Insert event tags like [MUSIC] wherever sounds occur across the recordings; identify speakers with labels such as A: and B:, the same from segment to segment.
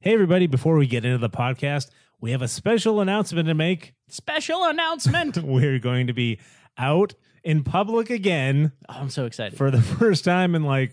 A: Hey, everybody, before we get into the podcast, we have a special announcement to make. [LAUGHS]
B: Special announcement. oh,
A: We're going to be out in public again
B: I'm so excited.
A: for the [LAUGHS] first time in like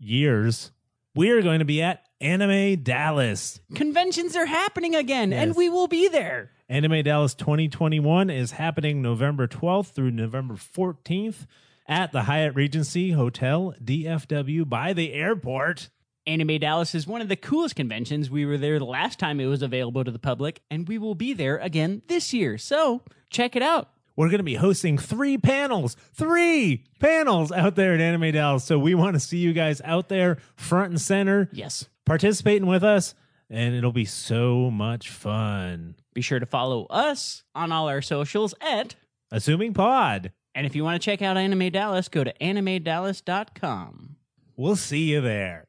A: years. We are going to be at Anime Dallas.
B: Conventions are happening again, and
A: Yes.
B: we will be there.
A: Anime Dallas 2021 is happening November 12th through November 14th at the Hyatt Regency Hotel, DFW, by the airport.
B: Anime Dallas is one of the coolest conventions. We were there the last time it was available to the public, and we will be there again this year. So check it out.
A: We're going to be hosting three panels, three panels out there at Anime Dallas. So we want to see you guys out there, front and center,
B: Yes.
A: participating with us, and it'll be so much fun.
B: Be sure to follow us on all our socials at.
A: Assuming Pod,
B: And if you want to check out Anime Dallas, go to animedallas.com.
A: we'll see you there.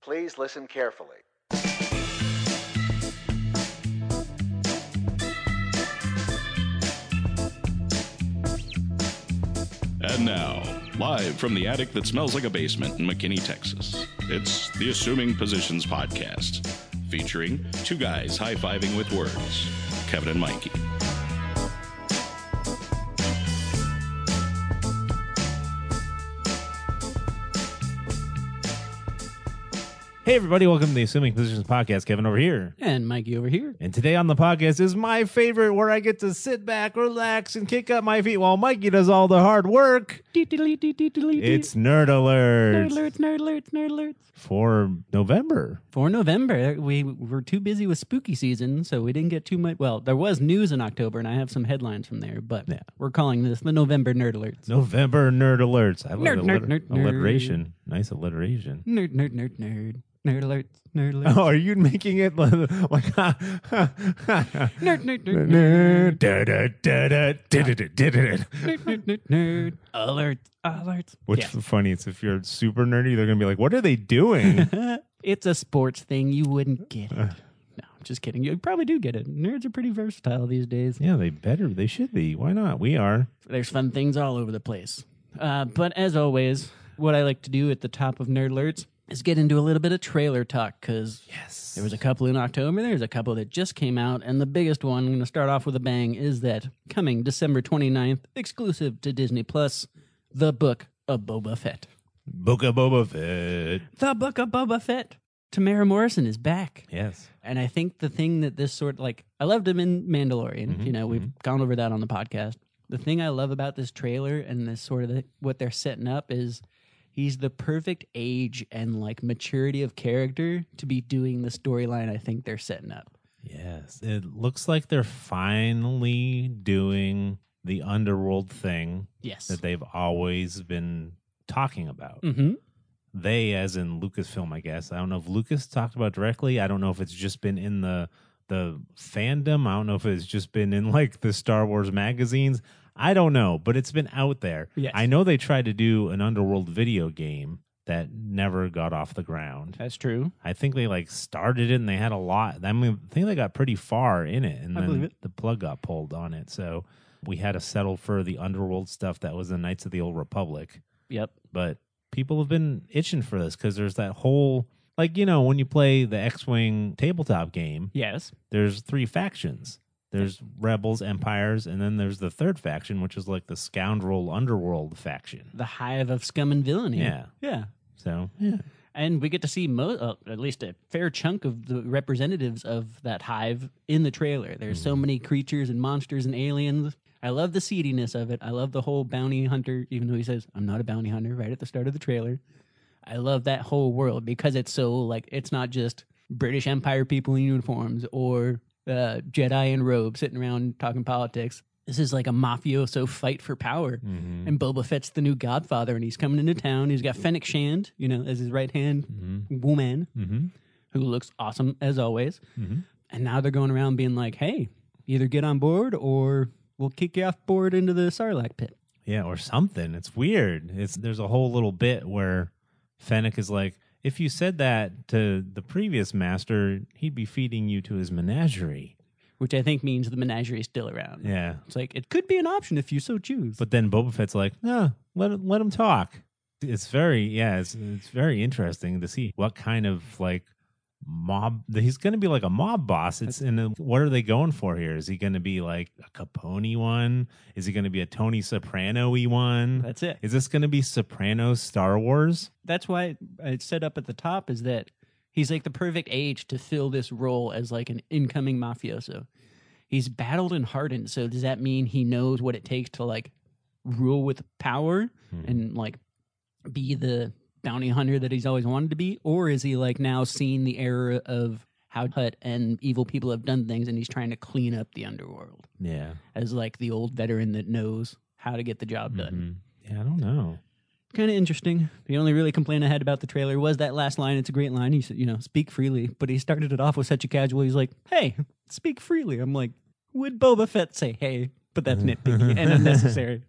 C: Please listen carefully.
D: And now, live from the attic that smells like a basement in McKinney, Texas, it's the Assuming Positions Podcast, featuring two guys high fiving with words Kevin and Mikey.
A: Hey, everybody, welcome to the Assuming Positions Podcast. Kevin over here.
B: And Mikey over here.
A: And today on the podcast is my favorite where I get to sit back, relax, and kick up my feet while Mikey does all the hard work. It's
B: It's
A: Nerd
B: nerd
A: Alert
B: alerts, nerd alerts, nerd alerts.
A: for November.
B: for November. We were too busy with spooky season, so we didn't get too much. Well, there was news in October, and I have some headlines from there, but
A: Yeah.
B: we're calling this the November Nerd Alerts.
A: November Nerd Alerts. I
B: Nerd,
A: love
B: nerd,
A: alliter-
B: nerd, nerd.
A: alliteration. Nice alliteration. [LAUGHS]
B: Nerd, nerd, nerd, nerd. Nerd Alerts, Nerd Alerts.
A: Oh, are you making it like nerd,
B: Nerd, nerd, nerd, nerd.
A: nerd, [LAUGHS] da, da, da, da, da, da, da, da, da.
B: Nerd, nerd, nerd, nerd. Alert, alert.
A: What's the funniest? If you're super nerdy, they're gonna be like, "What are they
B: [LAUGHS]
A: doing?"
B: Yeah. it's a sports thing. You wouldn't get it.
A: Uh.
B: No, just kidding. You probably do get it. Nerds are pretty versatile these days.
A: yeah, they better. They should be. Why not? We are.
B: There's fun things all over the place. Uh, but as always, what I like to do at the top of Nerd Alerts is get into a little bit of trailer talk because
A: Yes.
B: there was a couple in October, there's a couple that just came out, and the biggest one, I'm going to start off with a bang, is that coming December 29th, exclusive to Disney Plus, The Book of Boba Fett.
A: Book of Boba Fett.
B: The Book of Boba Fett. Tamara Morrison is back.
A: Yes.
B: And I think the thing that this sort like I loved him in Mandalorian. you know, we've gone over that on the podcast. The thing I love about this trailer and this sort of the, what they're setting up is he's the perfect age and like maturity of character to be doing the storyline I think they're setting up.
A: Yes. It looks like they're finally doing the underworld thing
B: Yes.
A: that they've always been talking about.
B: mm-hmm.
A: they as in lucasfilm i guess i don't know if lucas talked about it directly i don't know if it's just been in the the fandom i don't know if it's just been in like the star wars magazines i don't know but it's been out there
B: Yes.
A: i know they tried to do an underworld video game that never got off the ground
B: That's true.
A: i think they like started it and they had a lot i mean i think they got pretty far in it and
B: I
A: then
B: believe it.
A: the plug got pulled on it so we had to settle for the underworld stuff that was the knights of the old republic
B: Yep.
A: but people have been itching for this because there's that whole like you know when you play the x-wing tabletop game
B: Yes.
A: there's three factions there's rebels empires and then there's the third faction which is like the scoundrel underworld faction
B: The hive of scum and villainy.
A: Yeah.
B: Yeah.
A: so yeah
B: And we get to see mo- uh, at least a fair chunk of the representatives of that hive in the trailer. There's so many creatures and monsters and aliens. I love the seediness of it. I love the whole bounty hunter, even though he says, I'm not a bounty hunter right at the start of the trailer. I love that whole world because it's so like, it's not just British Empire people in uniforms or uh, Jedi in robes sitting around talking politics. This is like a mafioso fight for power.
A: mm-hmm.
B: And Boba Fett's the new Godfather, and he's coming into town. He's got Fennec Shand, you know, as his right hand
A: Mm-hmm.
B: woman
A: Mm-hmm.
B: who looks awesome as always.
A: Mm-hmm.
B: And now they're going around being like, hey, either get on board or we'll kick you off board into the Sarlacc pit.
A: Yeah, or something. It's weird. It's there's a whole little bit where Fennec is like, if you said that to the previous master, he'd be feeding you to his menagerie.
B: Which I think means the menagerie's still around.
A: Yeah.
B: It's like it could be an option if you so choose.
A: But then Boba Fett's like, no, let let him talk. It's very yeah, it's it's very interesting to see what kind of like mob he's going to be like a mob boss it's in a, what are they going for here is he going to be like a capone one is he going to be a tony soprano-y one
B: That's it.
A: is this going to be soprano star wars
B: That's why it's set up at the top is that he's like the perfect age to fill this role as like an incoming mafioso. He's battled and hardened. So does that mean he knows what it takes to like rule with power
A: Hmm.
B: and like be the bounty hunter that he's always wanted to be? Or is he like now seeing the error of how Hut and evil people have done things and he's trying to clean up the underworld
A: yeah
B: as like the old veteran that knows how to get the job done?
A: Mhm. yeah i don't know
B: kind of interesting. The only really complaint I had about the trailer was that last line. It's a great line. He said, you know, speak freely, but he started it off with such a casual. He's like, hey, speak freely. I'm like, would Boba Fett say hey? But that's nitpicky and unnecessary.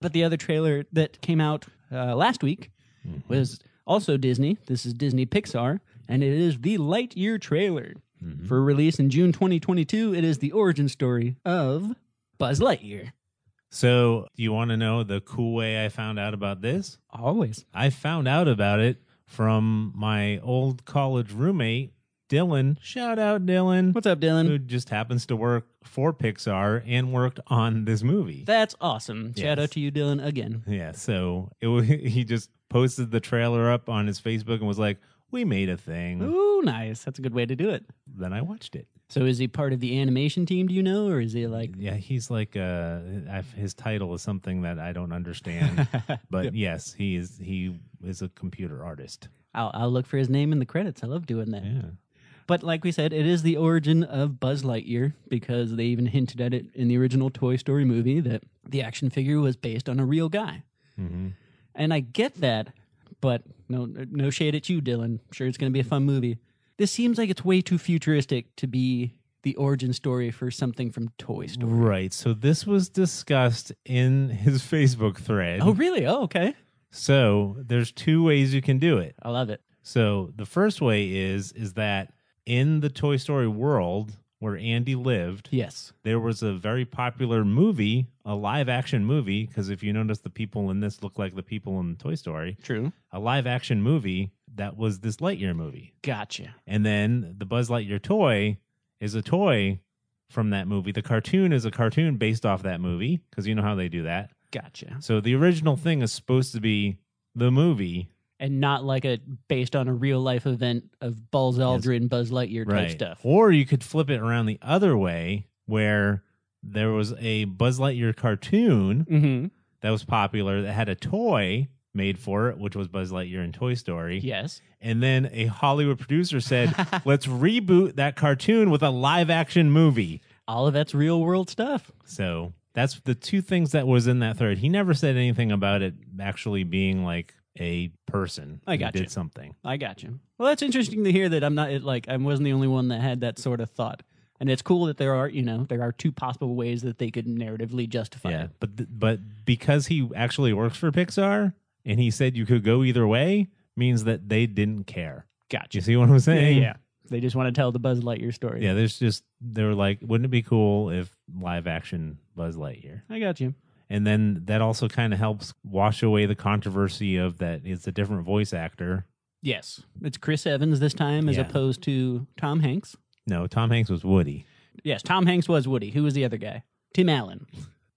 B: But the other trailer that came out uh, last week
A: Mhm.
B: was also Disney. This is Disney Pixar, and it is the Lightyear trailer
A: Mhm.
B: for release in June 2022. It is the origin story of Buzz Lightyear.
A: so you want to know the cool way i found out about this
B: Always.
A: I found out about it from my old college roommate, Dylan. Shout out, Dylan,
B: What's up, Dylan?
A: who just happens to work for Pixar and worked on this movie.
B: That's awesome.
A: Yes.
B: Shout out to you, Dylan, again.
A: yeah, so it, wa- [LAUGHS] he just posted the trailer up on his Facebook and was like, "We made a thing."
B: Ooh, nice. That's a good way to do it.
A: Then I watched it.
B: So is he part of the animation team, do you know? Or is he like
A: Yeah, he's like uh, I've- his title is something that I don't
B: [LAUGHS]
A: understand, but yes, he is he is a computer artist.
B: I'll I'll look for his name in the credits. I love doing that.
A: Yeah.
B: But like we said, it is the origin of Buzz Lightyear because they even hinted at it in the original Toy Story movie that the action figure was based on a real guy.
A: hmm
B: And I get that, but no no shade at you, Dylan. I'm sure it's going to be a fun movie. This seems like it's way too futuristic to be the origin story for something from Toy Story.
A: Right. So this was discussed in his [LAUGHS] Facebook thread.
B: Oh, really? Oh, okay.
A: So there's two ways you can do it.
B: I love it.
A: So the first way is is that in the Toy Story world where Andy lived,
B: Yes.
A: there was a very popular movie, a live action movie, because if you notice the people in this look like the people in Toy Story,
B: True.
A: a live action movie that was this Lightyear movie.
B: Gotcha.
A: And then the Buzz Lightyear toy is a toy from that movie. The cartoon is a cartoon based off that movie because you know how they do that.
B: Gotcha.
A: So the original thing is supposed to be the movie.
B: And not like a based on a real life event of Buzz Aldrin, Buzz Lightyear type stuff.
A: Or you could flip it around the other way where there was a Buzz Lightyear cartoon
B: Mm-hmm.
A: that was popular that had a toy made for it, which was Buzz Lightyear in Toy Story.
B: Yes.
A: And then a Hollywood producer said, let's reboot that cartoon with a live action movie.
B: All of that's real world stuff.
A: So that's the two things that was in that thread. He never said anything about it actually being like a person.
B: I
A: who
B: gotcha.
A: Did something.
B: I got you. Well, that's interesting to hear that I'm not it, like I wasn't the only one that had that sort of thought. And it's cool that there are you know there are two possible ways that they could narratively justify
A: Yeah,
B: it.
A: but th- but because he actually works for Pixar and he said you could go either way means that they didn't care. Do
B: Gotcha.
A: you see what I'm saying?
B: Yeah, yeah. They just want to tell the Buzz Lightyear story.
A: Yeah, there's just they were like, wouldn't it be cool if live action Buzz Lightyear?
B: I got you.
A: And then that also kind of helps wash away the controversy of that it's a different voice actor.
B: Yes, it's Chris Evans this time as
A: Yeah.
B: opposed to Tom Hanks.
A: No, Tom Hanks was Woody.
B: Yes, Tom Hanks was Woody. Who was the other guy? Tim Allen.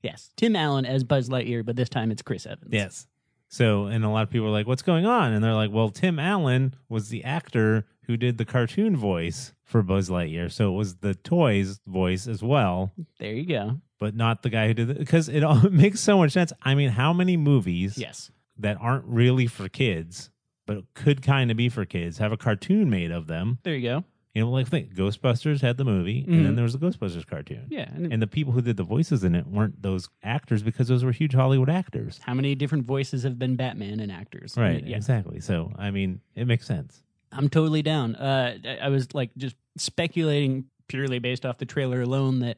B: Yes, Tim Allen as Buzz Lightyear, but this time it's Chris Evans.
A: Yes. So, and a lot of people are like, what's going on? And they're like, well, Tim Allen was the actor who did the cartoon voice for Buzz Lightyear. So it was the toy's voice as well,
B: There you go.
A: but not the guy who did it. Because it [LAUGHS] all makes so much sense. I mean, how many movies
B: Yes.
A: that aren't really for kids, but could kind of be for kids, have a cartoon made of them?
B: There you go.
A: You know, like think Ghostbusters had the movie, and then
B: Mhm.
A: there was the Ghostbusters cartoon.
B: Yeah. And
A: And the people who did the voices in it weren't those actors because those were huge Hollywood actors.
B: how many different voices have been Batman and actors?
A: Right.
B: Yeah.
A: Exactly. So I mean, it makes sense.
B: I'm totally down. Uh, I- I was like just speculating purely based off the trailer alone that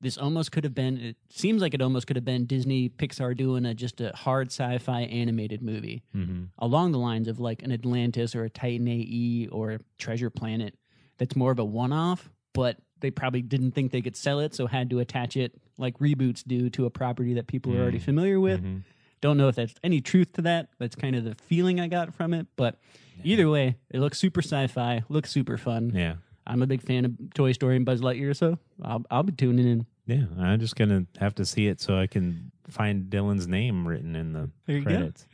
B: this almost could have been. It seems like it almost could have been Disney Pixar doing a just a hard sci-fi animated movie.
A: Mm-hmm.
B: along the lines of like an Atlantis or a Titan AE or Treasure Planet that's more of a one off, but they probably didn't think they could sell it, so had to attach it like reboots do to a property that people are already
A: Mm.
B: familiar with. Don't know if that's any truth to that. That's kind of the feeling I got from it. But either way, it looks super sci-fi. Looks super fun.
A: Yeah.
B: I'm a big fan of Toy Story and Buzz Lightyear, so I'll I'll be tuning in.
A: Yeah. I'm just going to have to see it so I can find Dylan's name written in the
B: There you go.
A: credits.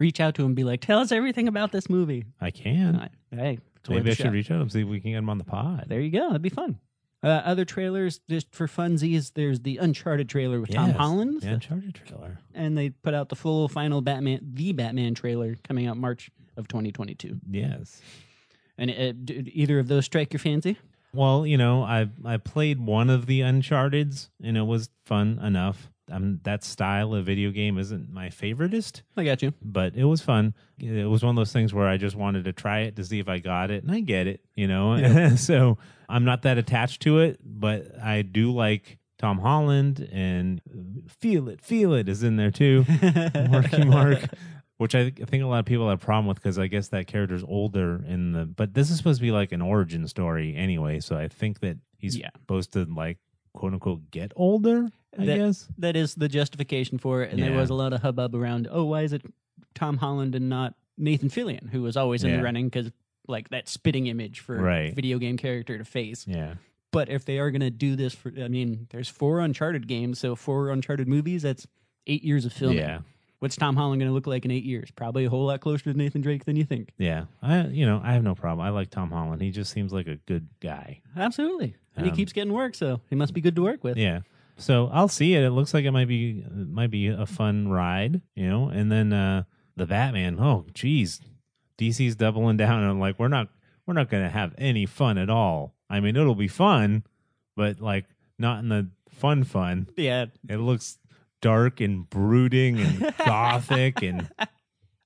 B: Reach out to him, and be like, tell us everything about
A: [LAUGHS]
B: this movie.
A: I can.
B: And I- hey, it's worth
A: Maybe
B: a
A: I
B: shot.
A: should reach out and see if we can get him on the pod.
B: There you go. That'd be fun. Uh, other trailers, just for funsies, there's the Uncharted trailer with Tom
A: Yes.
B: Holland,
A: Yeah, Uncharted trailer.
B: and they put out the full final Batman, the Batman trailer coming out March of 2022.
A: Yes.
B: And uh, d- d- either of those strike your fancy?
A: Well, you know, I I played one of the Uncharted's and it was fun enough. Um, that style of video game isn't my favoriteest,
B: I got you.
A: but it was fun. It was one of those things where I just wanted to try it to see if I got it, and I get it, you know. [LAUGHS] so I'm not that attached to it, but I do like Tom Holland and Feel It, Feel It is in there
B: [LAUGHS]
A: too. [LAUGHS] Marky Mark, which I th- think a lot of people have a problem with because I guess that character's older in the. But this is supposed to be like an origin story anyway, so I think that he's
B: Yeah.
A: supposed to like quote unquote get older. I
B: That-
A: guess
B: [LAUGHS] That is the justification for it, and there
A: Yeah.
B: was a lot of hubbub around. Oh, why is it Tom Holland and not Nathan Fillion, who was always in
A: Yeah.
B: the running because like that spitting image for
A: Right.
B: video game character to face.
A: yeah,
B: But if they are going to do this, for I mean, there's four Uncharted games, so four Uncharted movies. That's eight years of filming.
A: yeah,
B: What's Tom Holland going to look like in eight years? Probably a whole lot closer to Nathan Drake than you think.
A: yeah. I you know I have no problem. I like Tom Holland. He just seems like a good guy.
B: Absolutely, and
A: Um,
B: he keeps getting work, so he must be good to work with.
A: Yeah. So I'll see it. It looks like it might be it might be a fun ride, you know. And then uh the Batman. Oh, geez, DC's doubling [LAUGHS] down on like we're not we're not going to have any fun at all. I mean, it'll be fun, but like not in the fun fun.
B: Yeah,
A: It looks dark and brooding and gothic and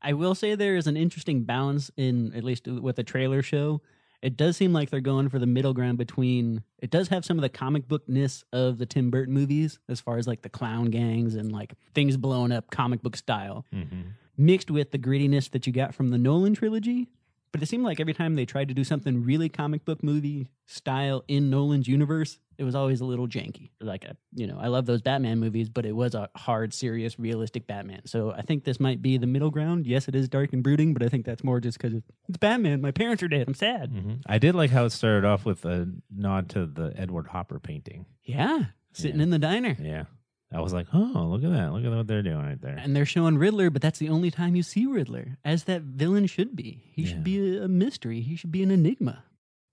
B: I will say there is an interesting balance in at least with a trailer show. It does seem like they're going for the middle ground between. It does have some of the comic bookness of the Tim Burton movies, as far as like the clown gangs and like things blowing up comic book style,
A: Mhm.
B: mixed with the grittiness that you got from the Nolan trilogy. But it seemed like every time they tried to do something really comic book movie style in Nolan's universe, it was always a little janky. Like, I- you know, I love those Batman movies, but it was a hard, serious, realistic Batman. So I think this might be the middle ground. Yes, it is dark and brooding, but I think that's more just because it's Batman. My parents are dead. I'm sad.
A: Mhm. I did like how it started off with a nod to the Edward Hopper painting.
B: Yeah, sitting
A: Yeah.
B: in the diner.
A: Yeah. I was like, "Oh, look at that. Look at what they're doing right there."
B: And they're showing Riddler, but that's the only time you see Riddler, as that villain should be. He
A: Yeah.
B: should be a, a mystery. He should be an enigma.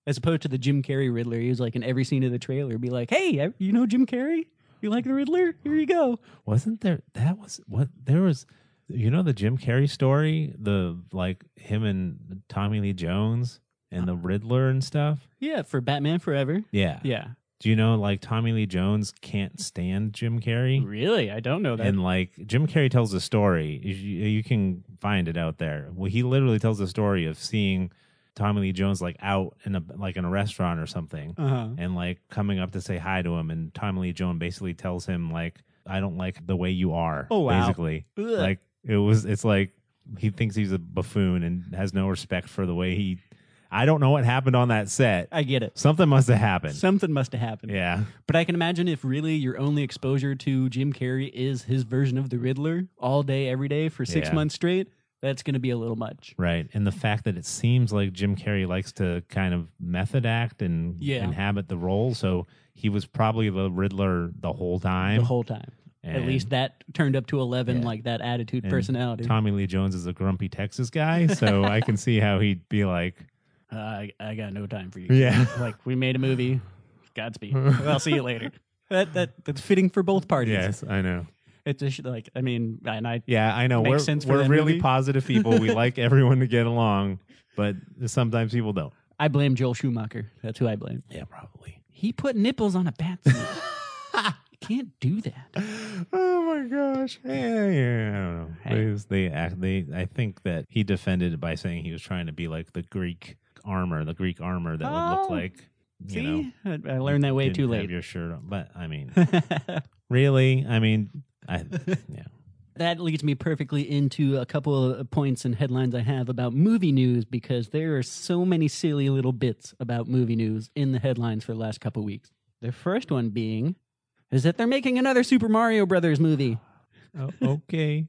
B: As opposed to the Jim Carrey Riddler, he was like in every scene of the trailer, be like, hey, I- you know Jim Carrey? You like the Riddler? Here you go.
A: Wasn't there that was what there was you know the Jim Carrey story, the like him and Tommy Lee Jones and the Riddler and stuff?
B: Yeah, for Batman Forever.
A: Yeah.
B: Yeah.
A: Do you know like Tommy Lee Jones can't stand Jim Carrey?
B: Really? I don't know that.
A: And like Jim Carrey tells a story, you, you can find it out there. Well, he literally tells a story of seeing Tommy Lee Jones like out in a like in a restaurant or something
B: uh-huh.
A: and like coming up to say hi to him and Tommy Lee Jones basically tells him like I don't like the way you are.
B: Oh, wow.
A: Basically.
B: Ugh.
A: like it was it's like he thinks he's a buffoon and has no respect for the way he i don't know what happened on that set
B: I get it.
A: something must have happened
B: Something must have happened.
A: yeah
B: But I can imagine if really your only exposure to Jim Carrey is his version of the Riddler all day, every day for six
A: Yeah.
B: months straight, that's going to be a little much.
A: right and the fact that it seems like jim carrey likes to kind of method act and
B: Yeah.
A: inhabit the role so he was probably the riddler the whole time
B: the whole time. At
A: And
B: least that turned up to 11,
A: Yeah.
B: like that attitude,
A: And
B: personality.
A: tommy lee jones is a grumpy texas guy so i can see how he'd be like
B: Uh, I, I got no time for you.
A: [LAUGHS] yeah
B: Like, we made a movie.
A: [LAUGHS]
B: Godspeed. I'll see you later. That, that That's fitting for both parties.
A: yes i know
B: It's just like, I mean, and I,
A: Yeah, I know.
B: Makes
A: we're
B: sense for
A: we're
B: that
A: really
B: movie. [LAUGHS]
A: positive people. We like everyone to get along, but sometimes people don't.
B: I blame Joel Schumacher. That's who I blame.
A: Yeah, probably.
B: He put nipples on a bat. suit.
A: [LAUGHS]
B: you can't do that.
A: [GASPS] Oh my gosh. Yeah, yeah, I don't know.
B: Hey.
A: They- They act. They. I think that he defended it by saying he was trying to be like the Greek armor, the Greek armor that would look
B: Oh,
A: like. You
B: See?
A: know,
B: I, I learned that way
A: didn't
B: too
A: have
B: late.
A: Your shirt, on. but I mean, [LAUGHS]
B: [LAUGHS]
A: really? I mean, I yeah.
B: That leads me perfectly into a couple of points and headlines I have about movie news because there are so many silly little bits about movie news in the headlines for the last couple weeks. The first one being is that they're making another Super Mario Brothers movie.
A: Oh, okay.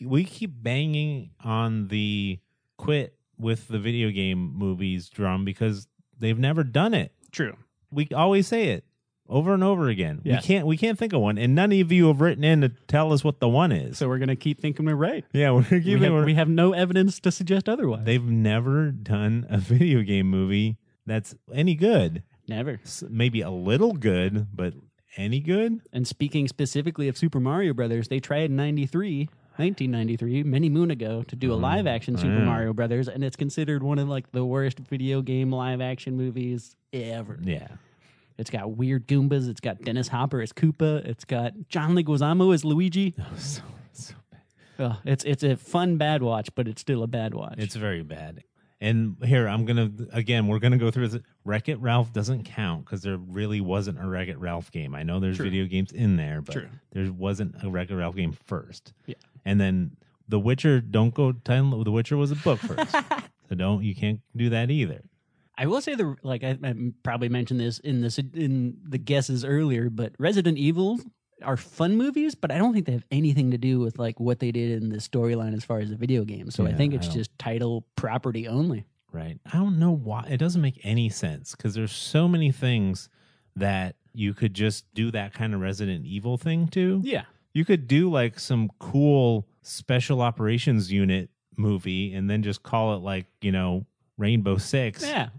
A: we keep banging on the quit with the video game movies drum because they've never done it.
B: True.
A: We always say it over and over again.
B: Yes.
A: We can't we can't think of one, and none of you have written in to tell us what the one is.
B: So we're gonna keep thinking we're right.
A: yeah, we're
B: We
A: giving.
B: have,
A: we're-
B: we have no evidence to suggest otherwise.
A: they've never done a [LAUGHS] video game movie that's any good.
B: Never.
A: S- Maybe a little good, but any good?
B: And speaking specifically of Super Mario Brothers, they tried in 93, 1993, many moon ago, to do a
A: Mm,
B: live action Super
A: yeah.
B: Mario Brothers, and it's considered one of like the worst video game live action movies ever.
A: Yeah.
B: It's got weird Goombas, it's got Dennis Hopper as Koopa, it's got John Leguizamo as
A: [LAUGHS]
B: Luigi.
A: Oh, so, so
B: Ugh, it's it's a fun bad watch, but it's still a bad watch.
A: It's very bad. And here I'm gonna again, we're gonna go through this. Wreck It Ralph doesn't count because there really wasn't a Wreck It Ralph game. I know there's
B: True.
A: video games in there, but
B: True.
A: there wasn't a Wreck It Ralph game first.
B: Yeah.
A: And then The Witcher, don't go. Time, the Witcher was a book first,
B: [LAUGHS]
A: so don't you can't do that either.
B: I will say the like I, I probably mentioned this in this in the guesses earlier, but Resident Evil are fun movies, but I don't think they have anything to do with like what they did in the storyline as far as the video game. So I
A: Yeah,
B: think
A: I
B: it's
A: don't-
B: just title property only.
A: right? I don't know why it doesn't make any sense because there's so many things that you could just do that kind of Resident Evil thing to.
B: Yeah,
A: You could do like some cool special operations unit movie and then just call it like you know Rainbow Six [LAUGHS]
B: yeah.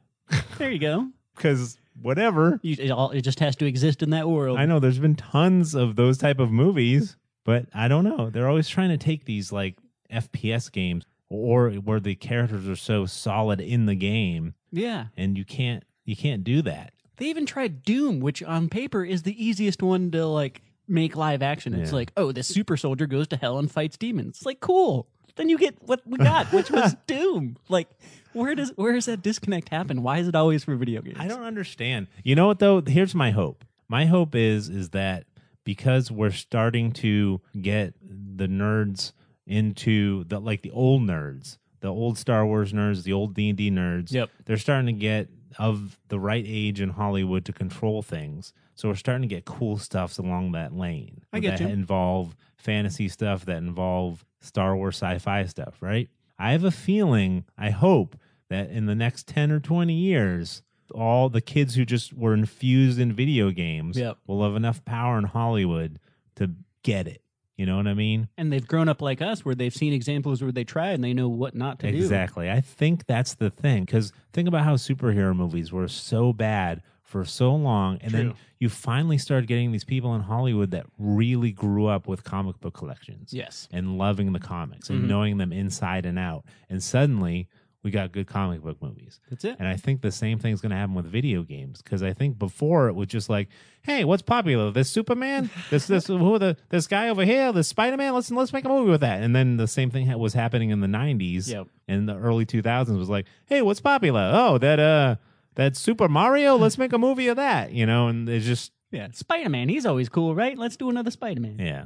B: there you go.
A: because whatever.
B: You, it all it just has to exist in that world.
A: I know there's been tons of those type of movies, but I don't know. They're always trying to take these like FPS games or where the characters are so solid in the game
B: Yeah,
A: and you can't you can't do that.
B: they even tried Doom, which on paper is the easiest one to like make live action. It's
A: Yeah.
B: like, oh, this super soldier goes to hell and fights demons. It's like cool. Then you get what we got, which
A: [LAUGHS]
B: was Doom. Like, where does where does that disconnect happen? Why is it always for video games?
A: I don't understand. You know what though? Here's my hope. My hope is is that because we're starting to get the nerds into the like the old nerds, the old Star Wars nerds, the old D and D nerds.
B: Yep.
A: They're starting to get of the right age in Hollywood to control things. So we're starting to get cool stuffs along that lane.
B: I get
A: that
B: you.
A: involve fantasy stuff, that involve Star Wars sci-fi stuff, right? I have a feeling, I hope that in the next 10 or 20 years, all the kids who just were infused in video games
B: Yep.
A: will have enough power in Hollywood to get it. You know what I mean?
B: And they've grown up like us, where they've seen examples where they try and they know what not to do.
A: Exactly. I think that's the thing. Because think about how superhero movies were so bad for so long. And then
B: True.
A: you finally started getting these people in Hollywood that really grew up with comic book collections
B: Yes.
A: and loving the comics
B: Mhm.
A: and knowing them inside and out. And suddenly we got good comic book movies.
B: That's it.
A: And I think the same thing's going to happen with video games because I think before it was just like, hey, what's popular? This Superman, this this who are the this guy over here, this Spider Man. Let's let's make a movie with that. And then the same thing ha- was happening in the '90s
B: Yep.
A: and the early 2000s was like, hey, what's popular? Oh, that uh, that Super Mario. Let's make a movie of that. You know, and it's just
B: Yeah. Spider Man, he's always cool, right? Let's do another Spider Man.
A: yeah,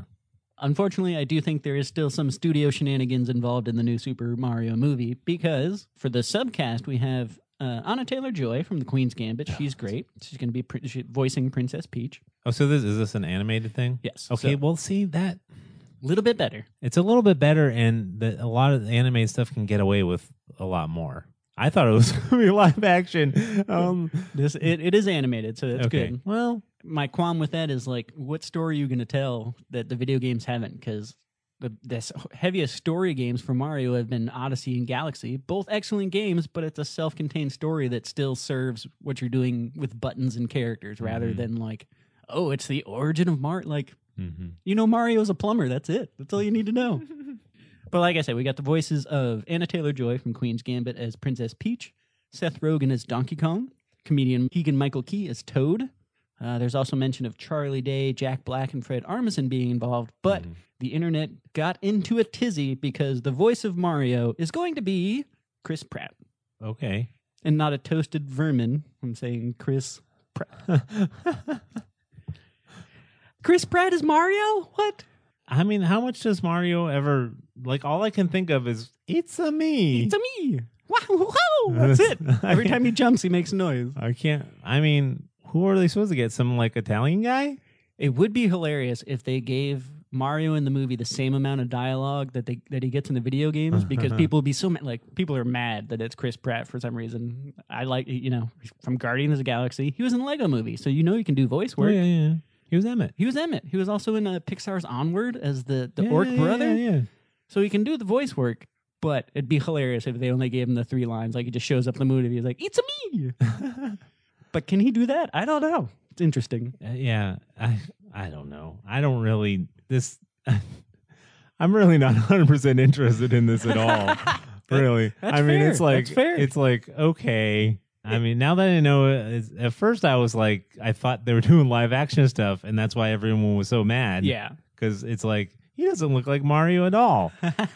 B: Unfortunately, I do think there is still some studio shenanigans involved in the new Super Mario movie because for the subcast we have uh, Anna Taylor Joy from The Queen's Gambit. She's great. She's going to be pr- she, voicing Princess Peach.
A: Oh, so this is this an animated thing?
B: Yes.
A: Okay.
B: So-
A: well, see that
B: A little bit better.
A: it's a little bit better, and the, a lot of the animated stuff can get away with a lot more. I thought it was [LAUGHS] going to be live action. Um,
B: This it, it is animated, so that's
A: okay.
B: good.
A: Well,
B: My qualm with that is like, what story are you going to tell that the video games haven't? Because the this heaviest story games for Mario have been Odyssey and Galaxy, both excellent games, but it's a self-contained story that still serves what you're doing with buttons and characters rather
A: Mhm.
B: than like, oh, it's the origin of Mar. Like,
A: mm-hmm.
B: you know, Mario's a plumber. That's it. That's all you need to know. but like I said, we got the voices of Anna Taylor Joy from Queen's Gambit as Princess Peach, Seth Rogen as Donkey Kong, comedian Keegan Michael Key as Toad. Uh, there's also mention of Charlie Day, Jack Black, and Fred Armisen being involved, but
A: Mhm.
B: the internet got into a tizzy because the voice of Mario is going to be Chris Pratt
A: okay. [LAUGHS]
B: and not a toasted vermin. I'm saying Chris Pratt. Chris Pratt is Mario? What?
A: I mean, how much does Mario ever like? All I can think of is it's a me.
B: It's a me. Wow, wow,
A: [LAUGHS]
B: that's it. Every time he jumps, he makes a noise.
A: I can't. I
B: Oh,
A: mean, who are they supposed to get? Some like Italian guy?
B: It would be hilarious if they gave Mario in the movie the same amount of dialogue that they that he gets in the video [LAUGHS] games because people will be so mad, like people are mad that it's Chris Pratt for some reason. I like you know from Guardians of the Galaxy he was in the Lego Movie so you know you can do voice
A: Oh,
B: work.
A: yeah, yeah. yeah. He was Emmett.
B: He was Emmett. He was also in uh, Pixar's Onward as the the
A: Yeah,
B: orc
A: yeah, yeah,
B: brother.
A: Yeah, yeah.
B: So he can do the voice work, but it'd be hilarious if they only gave him the three lines. Like he just shows up in the movie, he's like, "It's a [LAUGHS] me." but can he do that? I don't know. It's interesting.
A: Uh, yeah i i don't know i don't really this [LAUGHS] i'm really not [LAUGHS] 100% interested in this at
B: [LAUGHS]
A: all really
B: That's
A: i mean
B: fair.
A: it's like
B: That's fair.
A: it's like okay i mean now that i know it it's- at first i was like i thought they were [LAUGHS] doing live action stuff and that's why everyone was so mad
B: Yeah.
A: because it's like he doesn't look like mario at
B: [LAUGHS]
A: all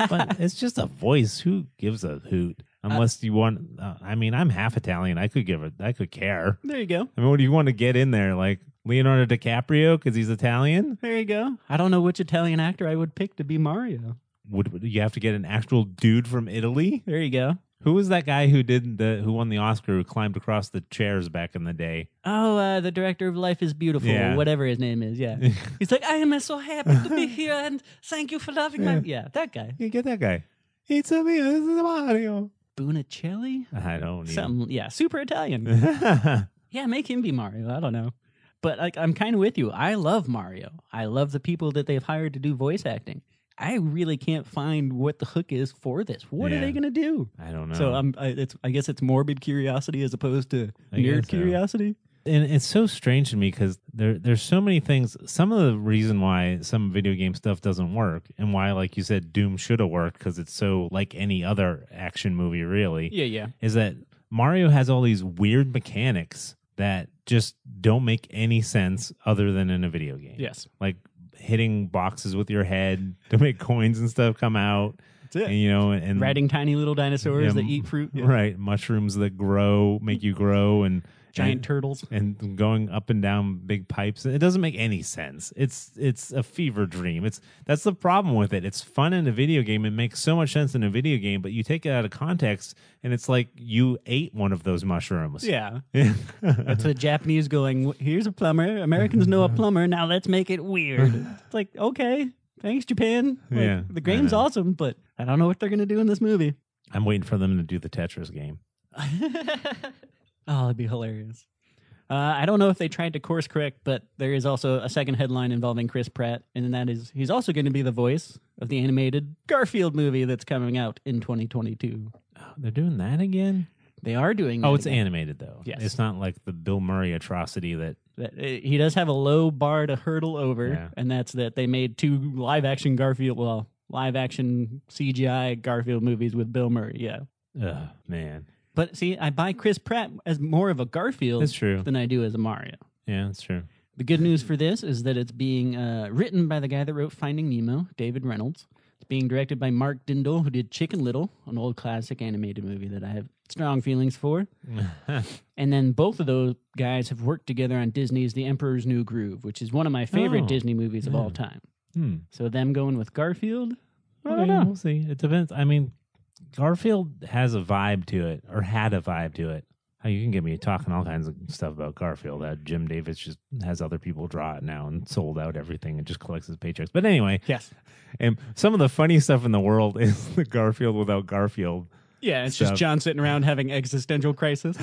A: but it's just a voice who gives a hoot unless you want uh, i mean i'm half italian i could give a i could care
B: There you go.
A: I mean, what do you want to get in there? Like Leonardo DiCaprio because he's Italian?
B: There you go. I don't know which Italian actor I would pick to be Mario.
A: Would, would you have to get an actual dude from Italy?
B: There you go.
A: Who was that guy who did the who won the Oscar who climbed across the chairs back in the day? [LAUGHS]
B: Oh, uh, the director of Life is Beautiful,
A: Yeah.
B: whatever his name is.
A: [LAUGHS]
B: Yeah. He's like, I am so happy to be here and thank you for loving my. Yeah, that guy.
A: You get that guy. It's a me, this is Mario.
B: Bunicelli?
A: I don't [LAUGHS] even.
B: Something, yeah, super Italian. Yeah, make him be Mario. I don't know. But like I'm kind of with you. I love Mario. I love the people that they've hired to do voice acting. I really can't find what the hook is for this. What are
A: Yeah.
B: they going to do?
A: I don't know.
B: So um, I'm I, it's I guess it's morbid curiosity as opposed to
A: I
B: nerd
A: guess so.
B: curiosity.
A: and it's so strange to me because there there's so many things. Some of the reason why some video game stuff doesn't work, and why, like you said, Doom should have worked because it's so like any other action movie, really.
B: Yeah, yeah.
A: is that Mario has all these weird mechanics that just don't make any sense other than in a video game.
B: Yes.
A: Like hitting boxes with your head to make coins and stuff come out.
B: That's it.
A: And, you know, and
B: Riding tiny little dinosaurs
A: Mm. Yeah,
B: that eat fruit. Yeah.
A: right mushrooms that grow, make you grow, and
B: Giant
A: and-
B: turtles.
A: and going up and down big pipes. It doesn't make any sense. It's it's a fever dream. It's that's the problem with it. It's fun in a video game. It makes so much sense in a video game, but you take it out of context and it's like you ate one of those mushrooms.
B: Yeah.
A: Yeah.
B: That's the Japanese going, here's a plumber.
A: [LAUGHS]
B: Americans know a plumber. Now let's make it weird. It's like, okay, thanks, Japan. Like,
A: Yeah, I
B: The game's
A: know.
B: awesome, but I don't know what they're going to do in
A: [LAUGHS]
B: this movie.
A: [LAUGHS] I'm waiting for them to do the Tetris game.
B: oh, it'd be hilarious. Uh, I don't know if they tried to course correct, but there is also a second headline involving Chris Pratt, and that is he's also going to be the voice of the animated Garfield movie that's coming out in 2022.
A: Oh, they're doing that again?
B: They are doing.
A: Oh,
B: that
A: it's
B: again.
A: animated though.
B: Yes.
A: It's not like the Bill Murray atrocity that
B: That- uh, He does have a low bar to hurdle over,
A: Yeah.
B: and that's that they made two live action Garfield, well, live action CGI Garfield movies with Bill Murray. Yeah,
A: ugh, man.
B: but see, I buy Chris Pratt as more of a Garfield
A: That's true.
B: than I do as a Mario.
A: Yeah, that's true. [LAUGHS]
B: The good news for this is that it's being uh, written by the guy that wrote Finding Nemo, David Reynolds. It's being directed by Mark Dindal, who did Chicken Little, an old classic animated movie that I have strong feelings for. and then both of those guys have worked together on Disney's The Emperor's New Groove, which is one of my favorite
A: Oh,
B: Disney movies of all time.
A: Hmm.
B: So them going with Garfield, I don't
A: Okay,
B: know.
A: We'll see. It depends. I mean, Garfield has a vibe to it, or had a vibe to it. Oh, you can get me talking all kinds of stuff about Garfield. That Jim Davis just has other people draw it now and sold out everything and just collects his paychecks. But anyway,
B: Yes.
A: and some of the funny stuff in the world [LAUGHS] is the Garfield without Garfield. [LAUGHS]
B: Yeah, it's
A: So-
B: just John sitting around having existential [LAUGHS] crisis.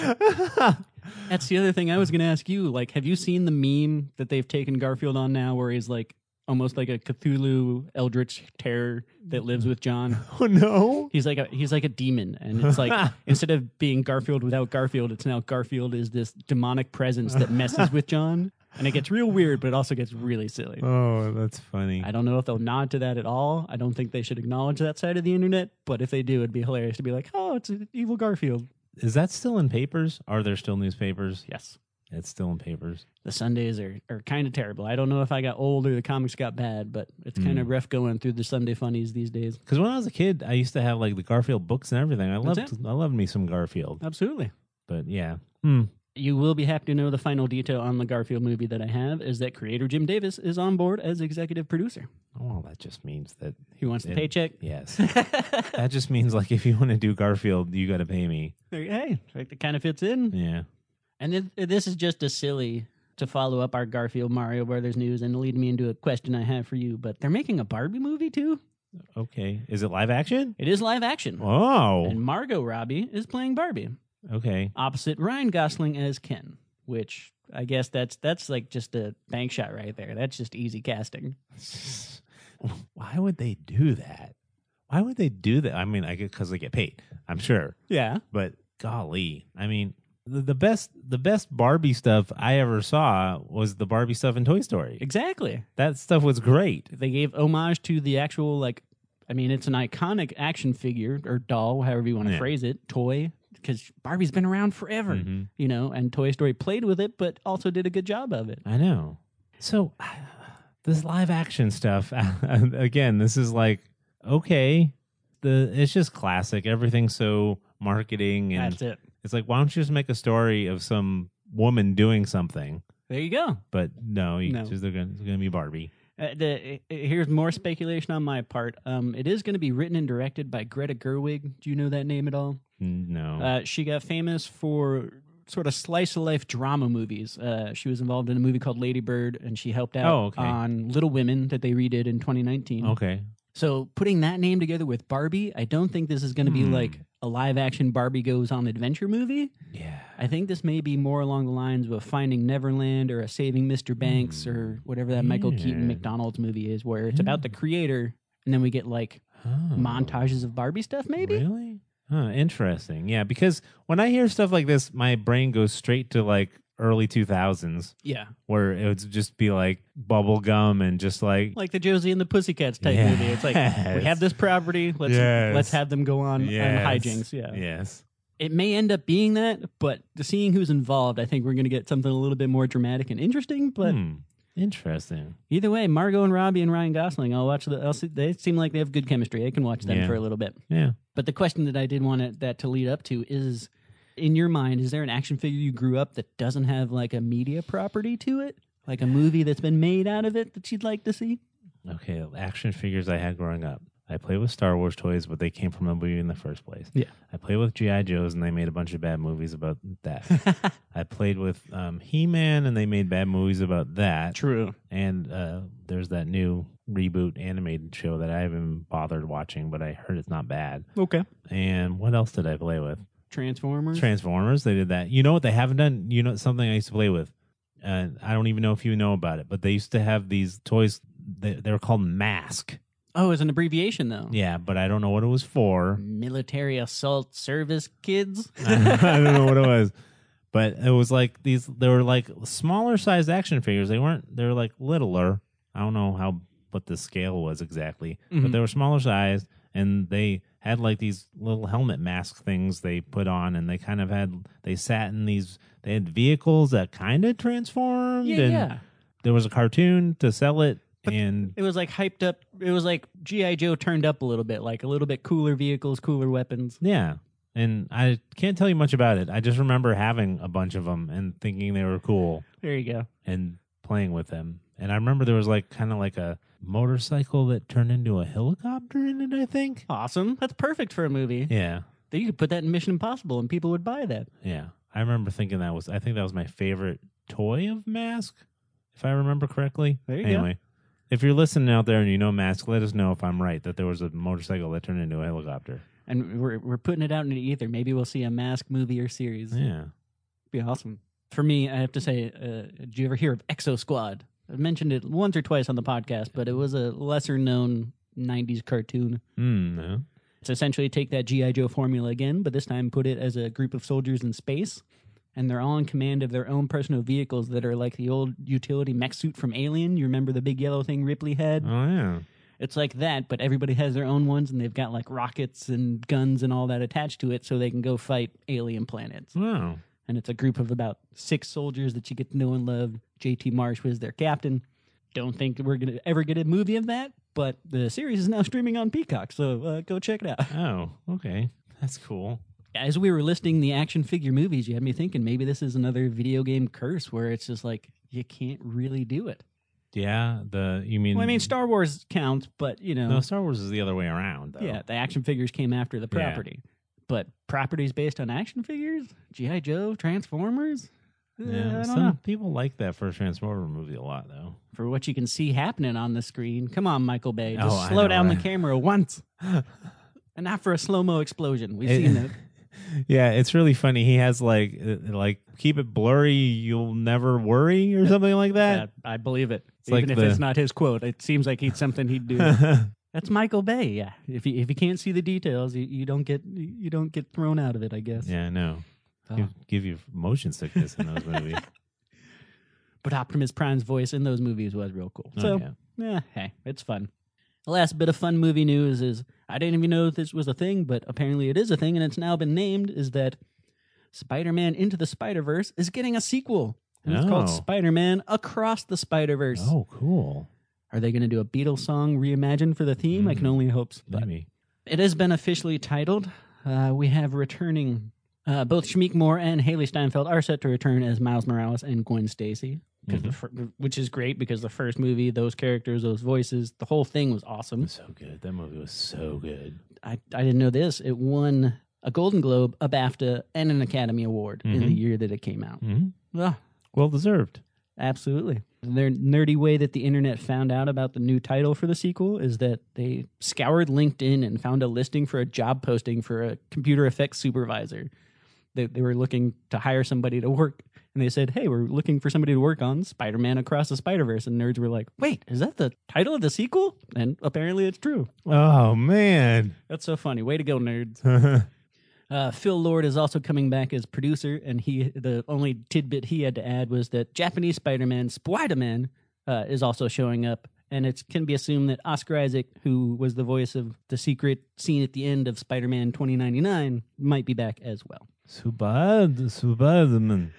B: That's the other thing I was going to ask you. Like, have you seen the meme that they've taken Garfield on now, where he's like almost like a Cthulhu eldritch terror that lives with John?
A: Oh no!
B: He's like a he's like a demon, and it's like instead of being Garfield without Garfield, it's now Garfield is this demonic presence that messes with John, and it gets real weird, but it also gets really silly.
A: Oh, that's funny.
B: I don't know if they'll nod to that at all. I don't think they should acknowledge that side of the internet, but if they do, it'd be hilarious to be like, "Oh, it's an evil Garfield."
A: Is that still in papers? Are there still newspapers?
B: Yes.
A: It's still in papers.
B: the Sundays are, are kind of terrible. I don't know if I got old or the comics got bad, but it's kind of rough going through the Sunday funnies these days.
A: Because when I was a kid, I used to have like the Garfield books and everything. I
B: That's
A: loved, I loved me some Garfield.
B: Absolutely.
A: But yeah, hmm.
B: You will be happy to know the final detail on the Garfield movie that I have is that creator Jim Davis is on board as executive producer.
A: Well, that just means that
B: He wants the
A: it-
B: paycheck. [LAUGHS]
A: Yes, [LAUGHS] that just means like if you want to do Garfield, you got to pay me.
B: Hey, that kind of fits in.
A: Yeah,
B: And then this is just a silly to follow up our Garfield Mario Brothers news and lead me into a question I have for you. But they're making a Barbie movie too.
A: Okay. Is it live action?
B: It is live action,
A: Oh.
B: and Margot Robbie is playing Barbie
A: Okay.
B: opposite Ryan Gosling as Ken, which I guess that's that's like just a bank shot right there. That's just easy casting.
A: Why would they do that? Why would they do that? I mean, I guess because they get paid. I'm sure.
B: Yeah,
A: but golly, I mean, the, the best the best Barbie stuff I ever saw was the Barbie stuff in Toy Story.
B: exactly.
A: That stuff was great.
B: They gave homage to the actual like I mean, it's an iconic action figure or doll, however you want to
A: Yeah.
B: phrase it, toy because Barbie's been around forever,
A: Mhm.
B: you know, and Toy Story played with it but also did a good job of it.
A: I know. So [SIGHS] this live action stuff [LAUGHS] again, this is like okay, the it's just classic. Everything's so marketing and
B: That's it.
A: it's like why don't you just make a story of some woman doing something?
B: There you go.
A: But no, you
B: No.
A: just they're gonna, it's gonna be Barbie.
B: Uh, the, uh, here's more speculation on my part. Um, it is going to be written and directed by Greta Gerwig. Do you know that name at all?
A: No.
B: Uh, she got famous for sort of slice of life drama movies. Uh, she was involved in a movie called Lady Bird, and she helped out
A: Oh, okay.
B: on Little Women that they redid in 2019.
A: okay.
B: So putting that name together with Barbie, I don't think this is going to be
A: Hmm.
B: like a live action Barbie goes on adventure movie.
A: Yeah.
B: I think this may be more along the lines of a Finding Neverland or a Saving Mr. Banks
A: Hmm.
B: or whatever that Michael Keaton
A: Yeah. Hmm.
B: McDonald's movie is, where it's about the creator, and then we get like
A: Oh.
B: montages of Barbie stuff, maybe.
A: Really? Huh, interesting. Yeah, because when I hear stuff like this, my brain goes straight to like early 2000s
B: Yeah,
A: where it would just be like bubble gum and just like
B: like the Josie and the Pussycats type
A: Yes.
B: movie. It's like we have this property. Let's
A: Yes.
B: let's have them go on
A: Yes.
B: on hijinks. Yeah.
A: Yes.
B: it may end up being that, but seeing who's involved, I think we're going to get something a little bit more dramatic and interesting. But
A: Hmm, Interesting.
B: either way, Margot and Robbie and Ryan Gosling, I'll watch the. I'll see, they seem like they have good chemistry. I can watch them
A: Yeah.
B: for a little bit.
A: Yeah.
B: But the question that I did want it that to lead up to is. In your mind, is there an action figure you grew up that doesn't have like a media property to it, like a movie that's been made out of it that you'd like
A: [LAUGHS]
B: to see?
A: Okay, action figures I had growing up. I played with Star Wars toys, but they came from a movie in the first place.
B: Yeah.
A: I played with G.I. Joes, and they made a bunch of bad movies about that.
B: [LAUGHS]
A: I played with um, He Man, and they made bad movies about that.
B: True.
A: And uh, there's that new reboot animated show that I haven't bothered watching, but I heard it's not bad.
B: Okay.
A: And what else did I play with?
B: Transformers.
A: Transformers. They did that. You know what they haven't done? You know something I used to play with, and I don't even know if you know about it, but they used to have these toys. They, they were called Mask.
B: oh, it's an abbreviation though.
A: Yeah, but I don't know what it was for.
B: Military assault service kids.
A: [LAUGHS] I don't know what it was. But it was like these. They were like smaller sized action figures. They weren't. They were like littler. I don't know how what the scale was exactly, but
B: Mhm.
A: they were smaller sized, and they had like these little helmet mask things they put on, and they kind of had. They sat in these. They had vehicles that kind of transformed,
B: yeah,
A: and
B: yeah.
A: there was a cartoon to sell it,
B: But-
A: and
B: It was like hyped up. It was like GI Joe turned up a little bit, like a little bit cooler vehicles, cooler weapons.
A: Yeah. And I can't tell you much about it. I just remember having a bunch of them and thinking they were cool
B: There you go.
A: and playing with them. And I remember there was like kind of like a motorcycle that turned into a helicopter in it, I think.
B: Awesome. That's perfect for a movie.
A: Yeah.
B: You could put that in Mission Impossible, and people would buy that.
A: Yeah. I remember thinking that was, I think that was my favorite toy of Mask, if I remember correctly.
B: There you go.
A: anyway, if you're listening out there and you know Mask, let us know if I'm right that there was a motorcycle that turned into a helicopter.
B: And we're we're putting it out into ether. Maybe we'll see a mask movie or series.
A: Yeah.
B: be awesome. For me, I have to say, uh, do you ever hear of Exo Squad? I've mentioned it once or twice on the podcast, but it was a lesser known 90s cartoon.
A: Hmm. no.
B: It's essentially take that G.I. Joe formula again, but this time put it as a group of soldiers in space, and they're all in command of their own personal vehicles that are like the old utility mech suit from Alien. You remember the big yellow thing Ripley had?
A: Oh, yeah.
B: It's like that, but everybody has their own ones, and they've got like rockets and guns and all that attached to it so they can go fight alien planets
A: Wow.
B: and it's a group of about six soldiers that you get to know and love. JT Marsh was their captain. Don't think we're gonna ever get a movie of that, but the series is now [LAUGHS] streaming on Peacock, so uh, go check it out. [LAUGHS]
A: Oh, okay. That's cool.
B: As we were listing the action figure movies, you had me thinking maybe this is another video game curse where it's just like you can't really do it.
A: Yeah, the you mean?
B: Well, I mean, Star Wars counts, but you know,
A: no, Star Wars is the other way around. Though.
B: yeah, the action figures came after the
A: Yeah.
B: property, but properties based on action figures, GI Joe, Transformers. Uh, I
A: Yeah,
B: don't
A: some
B: know.
A: people like that first Transformer movie a lot, though.
B: For what you can see happening on the screen, come on, Michael Bay, just
A: Oh, I
B: slow
A: know,
B: down the
A: right?
B: camera once, and not for a slow mo explosion. We've
A: It-
B: seen that.
A: [LAUGHS] yeah, it's really funny. He has like uh, like keep it blurry, you'll never worry or something like
B: Yeah,
A: that.
B: I believe it.
A: [LAUGHS] It's
B: Even
A: like
B: if
A: the-
B: it's not his quote, it seems like he's something he'd
A: [LAUGHS]
B: do. That's Michael Bay. Yeah. If you if you can't see the details, you, you don't get you don't get thrown out of it. I guess.
A: yeah, I know.
B: Oh.
A: Give, give you motion sickness in those [LAUGHS] movies.
B: But Optimus Prime's voice in those movies was real cool.
A: Oh,
B: so
A: yeah.
B: yeah, Eh, hey, it's fun. The last bit of fun movie news is I didn't even know this was a thing, but apparently it is a thing, and it's now been named. Is that Spider-Man Into the Spider-Verse is getting a sequel? And It's called
A: Oh.
B: Spider-Man Across the Spider-Verse.
A: Oh, cool.
B: Are they going to do a Beatles song reimagined for the theme? I can
A: Mm.
B: only hope. so. But
A: Maybe.
B: it has been officially titled. Uh, we have returning. Uh, both Shamik Moore and Haley Steinfeld are set to return as Miles Morales and Gwen Stacy, 'cause the fir- which is great because the first movie, those characters, those voices, the whole thing was awesome.
A: So good. That movie was so good.
B: I, I didn't know this. It won a Golden Globe, a BAFTA, and an Academy Award in the
A: Mhm.
B: year that it came out.
A: hmm
B: Ah,
A: Well deserved.
B: Absolutely. The nerdy way that the internet found out about the new title for the sequel is that they scoured LinkedIn and found a listing for a job posting for a computer effects supervisor. They, they were looking to hire somebody to work, and they said, Hey, we're looking for somebody to work on Spider Man Across the Spider Verse. And nerds were like, Wait, is that the title of the sequel? And apparently it's true.
A: Oh man. [LAUGHS]
B: That's so funny. Way to go, nerds. Uh, Phil Lord is also coming back as producer, and he the only tidbit he had to add was that Japanese Spider-Man Spider-Man uh, is also showing up, and it can be assumed that Oscar Isaac, who was the voice of the secret scene at the end of Spider-Man 2099, might be back as well.
A: Subad Subadman.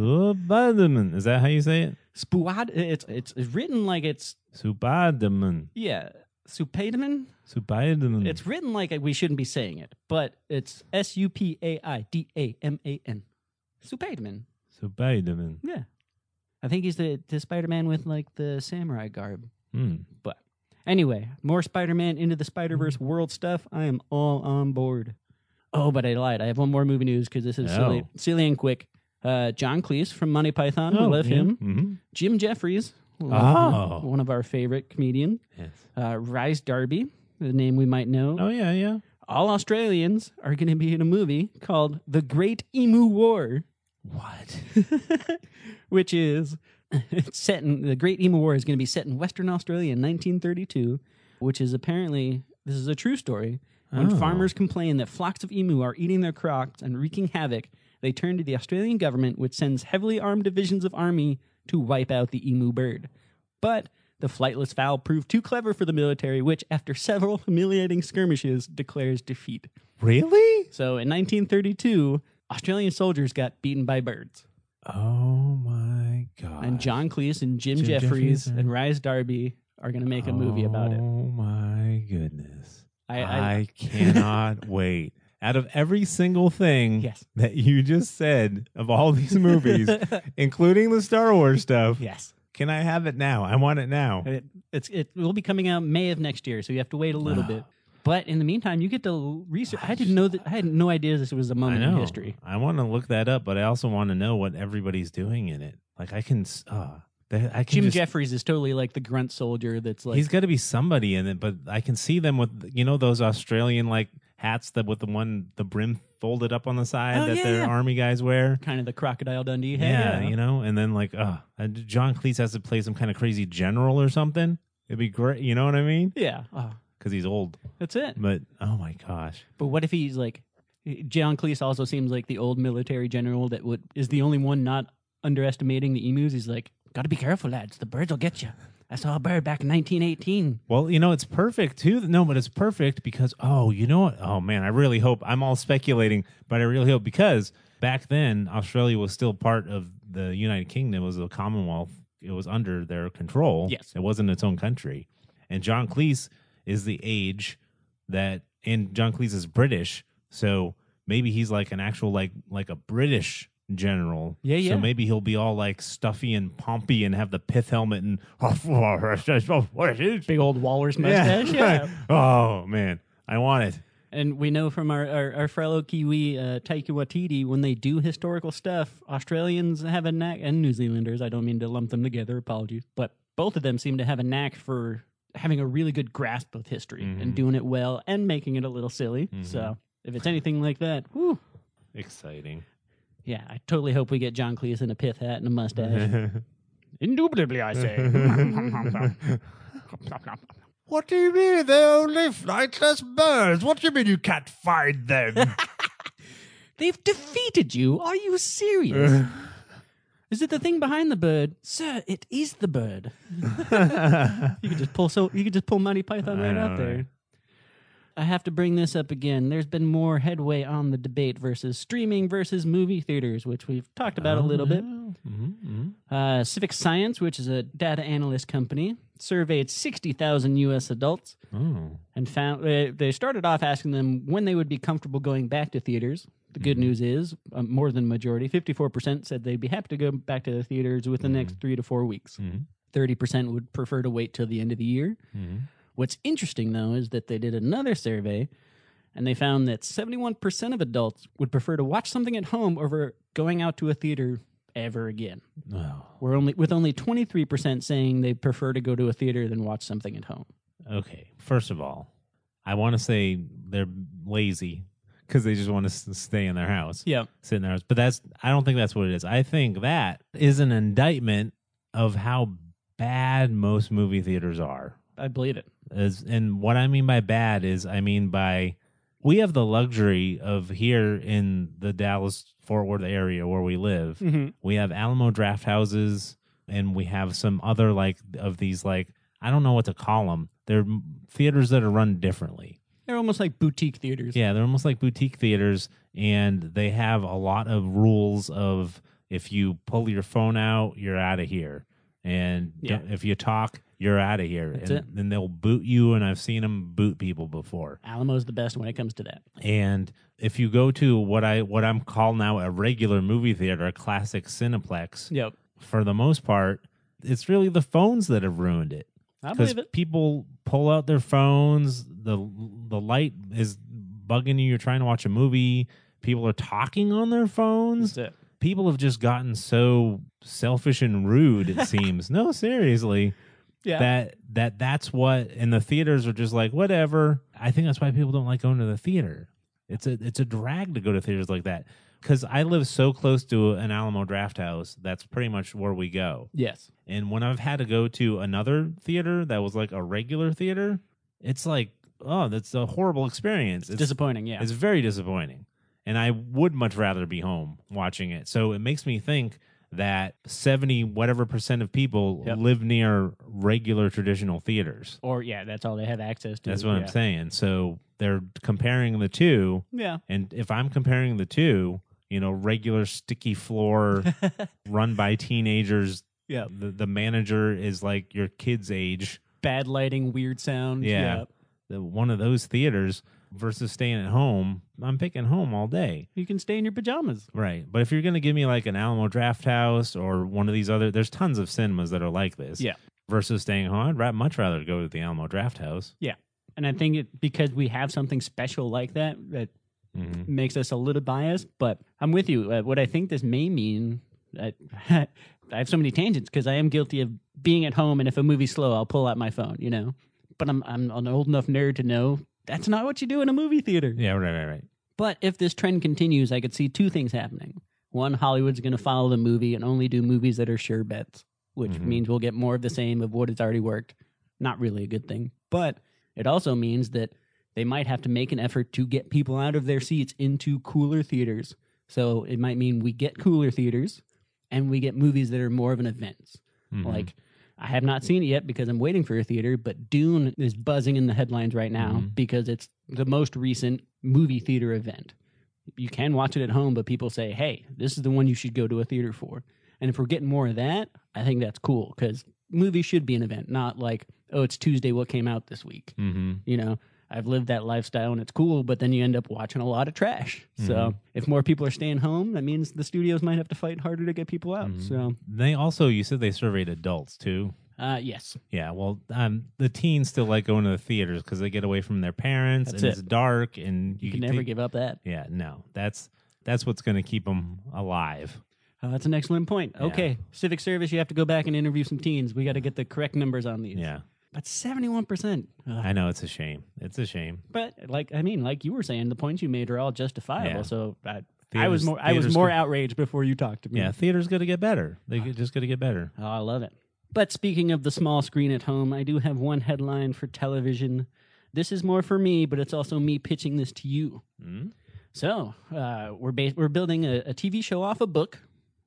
A: Subadman. Is that how you say it?
B: Spuad, it's, it's it's written like it's
A: Subadaman.
B: yeah. Supadaman?
A: Subadaman.
B: It's written like we shouldn't be saying it, but it's S U P A I D A M A N. Supadaman.
A: Subadaman.
B: Yeah. I think he's the, the Spider Man with like the samurai garb.
A: Hmm.
B: Anyway, more Spider Man into the Spider Verse
A: Mm-hmm.
B: world stuff. I am all on board. Oh, but I lied. I have one more movie news because this is silly,
A: Oh.
B: silly and quick. Uh, John Cleese from Monty Python. we love
A: yeah.
B: him.
A: Mhm.
B: Jim Jeffries.
A: Oh.
B: One of our favorite comedian.
A: Yes.
B: Uh, Rise Darby, the name we might know.
A: Oh yeah, yeah.
B: All Australians are going to be in a movie called The Great Emu War.
A: What?
B: [LAUGHS] which is [LAUGHS] it's set in the Great Emu War is going to be set in Western Australia in 1932, which is apparently this is a true story. When
A: Oh.
B: farmers complain that flocks of emu are eating their crops and wreaking havoc, they turn to the Australian government, which sends heavily armed divisions of army to wipe out the emu bird. But the flightless fowl proved too clever for the military, which, after several humiliating skirmishes, declares defeat.
A: Really?
B: So in 1932, Australian soldiers got beaten by birds.
A: Oh my god.
B: And John Cleese and Jim,
A: Jim
B: Jeffries
A: Jeffries, yeah.
B: and Rise Darby are going to make a movie about it.
A: Oh my goodness.
B: I,
A: Oh, I,
B: I, [LAUGHS]
A: cannot wait. Out of every single thing
B: Yes.
A: that you just said of all these [LAUGHS] movies, including the Star Wars stuff,
B: [LAUGHS] yes,
A: can I have it now? I want it now.
B: it, it's it will be coming out May of next year, so you have to wait a little
A: Wow.
B: bit. But in the meantime, you get to research. I didn't know that. I had no idea this was a
A: I
B: moment in
A: know.
B: history.
A: I want to look that up, but I also want to know what everybody's doing in it. Like I can, s- uh, that- I can
B: Jim
A: just-
B: Jeffries is totally like the grunt soldier. That's like
A: he's got to be somebody in it, but I can see them with you know those Australian like hats that with the one the brim folded up on the side
B: Oh,
A: that
B: yeah,
A: their
B: yeah.
A: army guys wear.
B: kind of the crocodile Dundee. Hey,
A: Yeah, you know, and then like, uh, John Cleese has to play some kind of crazy general or something. It'd be great, you know what I mean?
B: yeah. Oh,
A: Because he's old.
B: that's it.
A: But oh my gosh,
B: But what if he's like John Cleese also seems like the old military general that would is the only one not underestimating the emus. He's like, gotta be careful, lads. The birds will get you. I saw a bird back in 1918.
A: well, you know, it's perfect too. No, but it's perfect because oh, you know what? Oh man, I really hope I'm all speculating, but I really hope because back then Australia was still part of the United Kingdom. It was a Commonwealth. It was under their control.
B: Yes.
A: it wasn't its own country. And John Cleese is the age that and John Cleese is British, so maybe he's like an actual like like a British general.
B: Yeah, yeah.
A: So maybe he'll be all like stuffy and pompy and have the pith helmet and [LAUGHS] oh,
B: Big old walrus
A: Yeah,
B: mustache. Yeah.
A: right. Oh man, I want it.
B: And we know from our, our, our fellow Kiwi, uh, Taika Waititi, when they do historical stuff, Australians have a knack, and New Zealanders, I don't mean to lump them together, apologies, but both of them seem to have a knack for having a really good grasp of history and
A: Mhm.
B: doing it well and making it a little silly.
A: Mhm.
B: So if it's anything like that, whew,
A: [LAUGHS] Exciting.
B: yeah, I totally hope we get John Cleese in a pith hat and
A: [LAUGHS]
B: a mustache. Indubitably, I say.
A: What do you mean? They're only flightless birds. What do you mean you can't find them?
B: They've defeated you. Are you
A: Uh.
B: serious? is it the thing behind the bird, sir? It is
A: [LAUGHS]
B: the bird. You could just pull so you could just pull Monty Python
A: I
B: right
A: know,
B: out there.
A: right?
B: I have to bring this up again. There's been more headway on the debate versus streaming versus movie theaters, which we've talked about
A: Oh,
B: a little bit. Uh, Civic Science, which is a data analyst company, surveyed 60,000 U.S. adults
A: Oh.
B: and found uh, they started off asking them when they would be comfortable going back to theaters. The good news is uh, more than majority, 54% said they'd be happy to go back to the theaters within the next 3 to 4 weeks.
A: Mhm.
B: 30% would prefer to wait till the end of the year.
A: Mm-hmm.
B: What's interesting though is that they did another survey and they found that 71% of adults would prefer to watch something at home over going out to a theater ever again.
A: Oh.
B: We're only with only 23% saying they prefer to go to a theater than watch something at home.
A: Okay. First of all, I want to say they're lazy because they just want to s- stay in their house.
B: Yeah.
A: sit in their house. But that's I don't think that's what it is. I think that is an indictment of how bad most movie theaters are.
B: I believe it.
A: As and what I mean by bad is I mean by we have the luxury of here in the Dallas Fort Worth area where we live.
B: Mhm.
A: We have Alamo Draft Houses and we have some other like of these like I don't know what to call them. They're theaters that are run differently.
B: They're almost like boutique theaters.
A: Yeah, they're almost like boutique theaters, and they have a lot of rules of if you pull your phone out, you're out of here, and
B: Yeah.
A: don't- if you talk, you're out of here,
B: That's
A: and
B: it.
A: then they'll boot you. And I've seen them boot people before.
B: Alamo's the best when it comes to that.
A: And if you go to what I what I'm call now a regular movie theater, a classic Cineplex,
B: Yep.
A: for the most part, it's really the phones that have ruined it
B: I
A: because
B: believe it.
A: people pull out their phones. the The light is bugging you. You're trying to watch a movie. People are talking on their phones.
B: That's it.
A: People have just gotten so selfish and rude.
B: [LAUGHS]
A: It seems no, seriously,
B: Yeah.
A: that that that's what. And the theaters are just like whatever. I think that's why people don't like going to the theater. It's a it's a drag to go to theaters like that because I live so close to an Alamo Draft House. That's pretty much where we go.
B: yes.
A: And when I've had to go to another theater that was like a regular theater, it's like, oh, that's a horrible experience. It's,
B: Disappointing. Yeah.
A: it's very disappointing. And I would much rather be home watching it. So it makes me think that 70 whatever percent of people
B: Yep.
A: live near regular traditional theaters.
B: Or yeah, that's all they have access to.
A: That's what
B: Yeah.
A: I'm saying. So they're comparing the two.
B: Yeah.
A: And if I'm comparing the two, you know, regular sticky
B: [LAUGHS]
A: floor run by teenagers
B: yeah.
A: the, the manager is like your kid's age
B: Bad lighting, weird sound.
A: Yeah. the, one of those theaters versus staying at home i'm picking home all day
B: You can stay in your pajamas.
A: right but if you're gonna give me like an alamo draft house or one of these other there's tons of cinemas that are like this
B: Yeah.
A: versus staying home i'd ra- much rather go to the alamo draft house
B: And I think it because we have something special like that that
A: hmm
B: makes us a little biased. But I'm with you. Uh, what I think this may mean. I, [LAUGHS] I have so many tangents because I am guilty of being at home, and if a movie's slow, I'll pull out my phone. You know. But I'm I'm an old enough nerd to know that's not what you do in a movie theater.
A: yeah right right right
B: But if this trend continues, I could see two things happening. One, Hollywood's going to follow the movie and only do movies that are sure bets, which
A: Mhm.
B: means we'll get more of the same of what has already worked. Not really a good thing. But it also means that they might have to make an effort to get people out of their seats into cooler theaters. So it might mean we get cooler theaters and we get movies that are more of an event.
A: Mhm.
B: Like, I have not seen it yet because I'm waiting for a theater, but Dune is buzzing in the headlines right now
A: Mhm.
B: because it's the most recent movie theater event. You can watch it at home, but people say, hey, this is the one you should go to a theater for. And if we're getting more of that, I think that's cool because movies should be an event, not like, oh, it's Tuesday, what came out this week?
A: Mhm.
B: You know, I've lived that lifestyle and it's cool, but then you end up watching a lot of trash. So
A: Mhm.
B: if more people are staying home, that means the studios might have to fight harder to get people out.
A: Mhm.
B: So
A: they also you said they surveyed adults too
B: Uh, yes.
A: Yeah, well, um, the teens still like going to the theaters because they get away from their parents
B: That's
A: and
B: it.
A: it's dark and
B: You, can never
A: take-
B: give up that.
A: Yeah, no, that's that's what's going to keep them alive.
B: Oh, that's an excellent point.
A: Yeah.
B: Okay. Civic service, you have to go back and interview some teens. We got to get the correct numbers on these.
A: Yeah,
B: That's 71%. Ugh.
A: I know it's a shame. It's a shame.
B: But like I mean, like you were saying, the points you made are all justifiable.
A: Yeah.
B: So I, I
A: Theaters-
B: was more I was
A: theaters
B: more
A: could-
B: outraged before you talked to me.
A: Yeah, theater's going to get better. They
B: Ah.
A: could- just going to get better.
B: Oh, I love it. But speaking of the small screen at home, I do have one headline for television. This is more for me, but it's also me pitching this to you.
A: Mm?
B: So uh, we're ba- we're building a, a TV show off a book,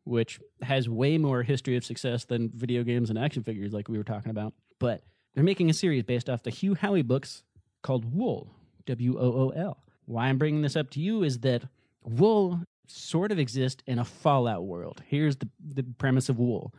B: which has way more history of success than video games and action figures, like we were talking about. But they're making a series based off the Hugh Howey books called Wool, W O O L. Why I'm bringing this up to you is that wool sort of exists in a Fallout world. Here's the, the premise of wool.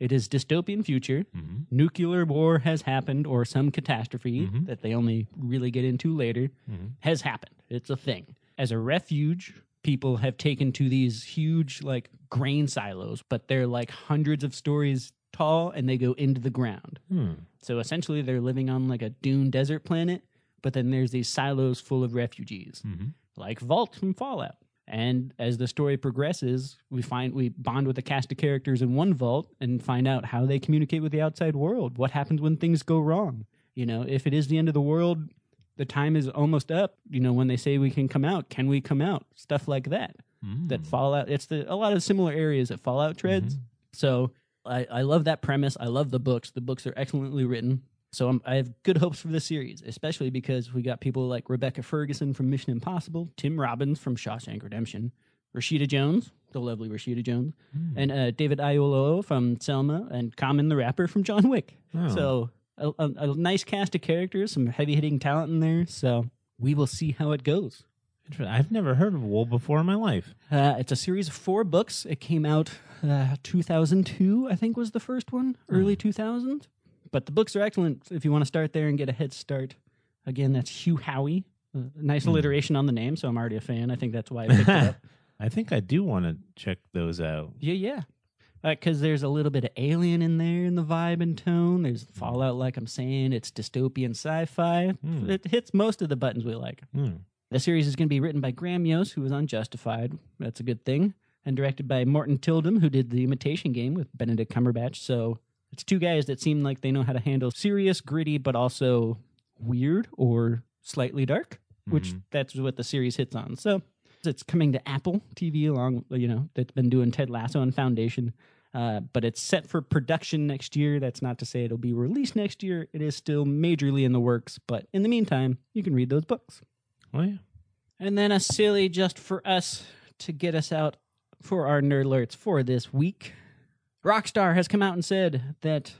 B: It is dystopian future.
A: Mhm.
B: Nuclear war has happened, or some catastrophe
A: Mhm.
B: that they only really get into later
A: Mhm.
B: has happened. It's a thing. As a refuge, people have taken to these huge, like, grain silos, but they're like hundreds of stories tall and they go into the ground.
A: Hmm.
B: So essentially, they're living on like a dune desert planet, but then there's these silos full of refugees,
A: Mhm.
B: like Vault from Fallout. And as the story progresses, we find we bond with a cast of characters in one vault and find out how they communicate with the outside world. What happens when things go wrong? You know, if it is the end of the world, the time is almost up. You know, when they say we can come out, can we come out? Stuff like that
A: Mm.
B: that Fallout. It's the, a lot of similar areas that Fallout treads. So I, I love that premise. I love the books. The books are excellently written. So I'm, I have good hopes for this series, especially because we got people like Rebecca Ferguson from Mission Impossible, Tim Robbins from Shawshank Redemption, Rashida Jones, the lovely Rashida Jones,
A: Mm.
B: and uh, David Aiolo from Selma, and Common the rapper from John Wick.
A: Oh.
B: So a, a, a nice cast of characters, some heavy hitting talent in there. So we will see how it goes.
A: Inter- I've never heard of wool before in my life.
B: Uh, it's a series of four books. It came out uh, 2002, I think, was the first one, early 2000. But the books are excellent if you want to start there and get a head start. Again, that's Hugh Howey. Uh, nice alliteration on the name, so I'm already a fan. I think that's why I
A: [LAUGHS]
B: picked it up.
A: I think I do want to check those out.
B: Yeah, yeah. Because there's a little bit of alien in there in the vibe and tone. There's Fallout, like I'm saying. It's dystopian sci fi.
A: Hmm.
B: It hits most of the buttons we like.
A: Hmm.
B: The series is going to be written by Graham Yost, who was on Justified. That's a good thing. And directed by Morton Tilden, who did The Imitation Game with Benedict Cumberbatch. So it's two guys that seem like they know how to handle serious, gritty, but also weird or slightly dark, which
A: Mhm.
B: that's what the series hits on. So it's coming to Apple TV along, you know, that's been doing Ted Lasso and Foundation. Uh, but it's set for production next year. That's not to say it'll be released next year. It is still majorly in the works. But in the meantime, you can read those books.
A: Oh yeah.
B: And then a silly just for us to get us out for our nerd alerts for this week. Rockstar has come out and said that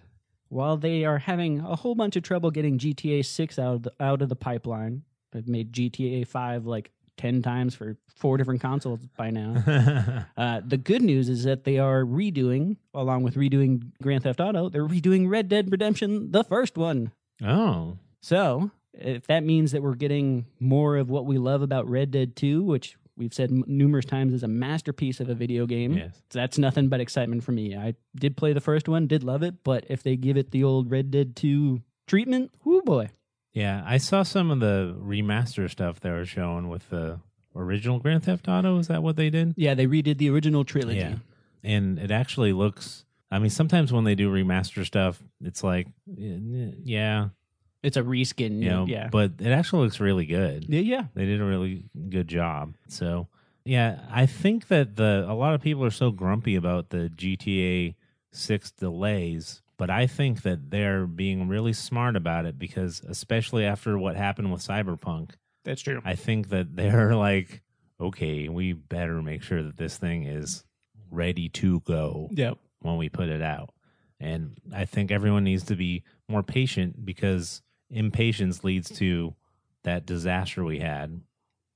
B: while they are having a whole bunch of trouble getting GTA 6 out of the, out of the pipeline, they've made GTA 5 like 10 times for four different consoles
A: [LAUGHS]
B: by now. Uh, the good news is that they are redoing, along with redoing Grand Theft Auto, they're redoing Red Dead Redemption, the first one.
A: [LAUGHS] oh.
B: So, if that means that we're getting more of what we love about Red Dead 2, which we've said m- numerous times is a masterpiece of a video game,
A: Yes.
B: that's nothing but excitement for me. I did play the first one, did love it, but if they give it the old Red Dead 2 treatment, whoo boy.
A: Yeah, I saw some of the remaster stuff they were showing with the original Grand Theft Auto. Is that what they did?
B: Yeah, they redid the original trilogy.
A: Yeah. And it actually looks. I mean, sometimes when they do remaster stuff, it's like, eh, yeah,
B: It's a reskin.
A: you know,
B: yeah.
A: but it actually looks really good.
B: yeah, yeah.
A: They did a really good job. So yeah, I think that the a lot of people are so grumpy about the GTA six delays, but I think that they're being really smart about it because especially after what happened with Cyberpunk,
B: That's true.
A: I think that they're [LAUGHS] like, okay, we better make sure that this thing is ready to go
B: Yeah.
A: when we put it out. And I think everyone needs to be more patient because impatience leads to that disaster we had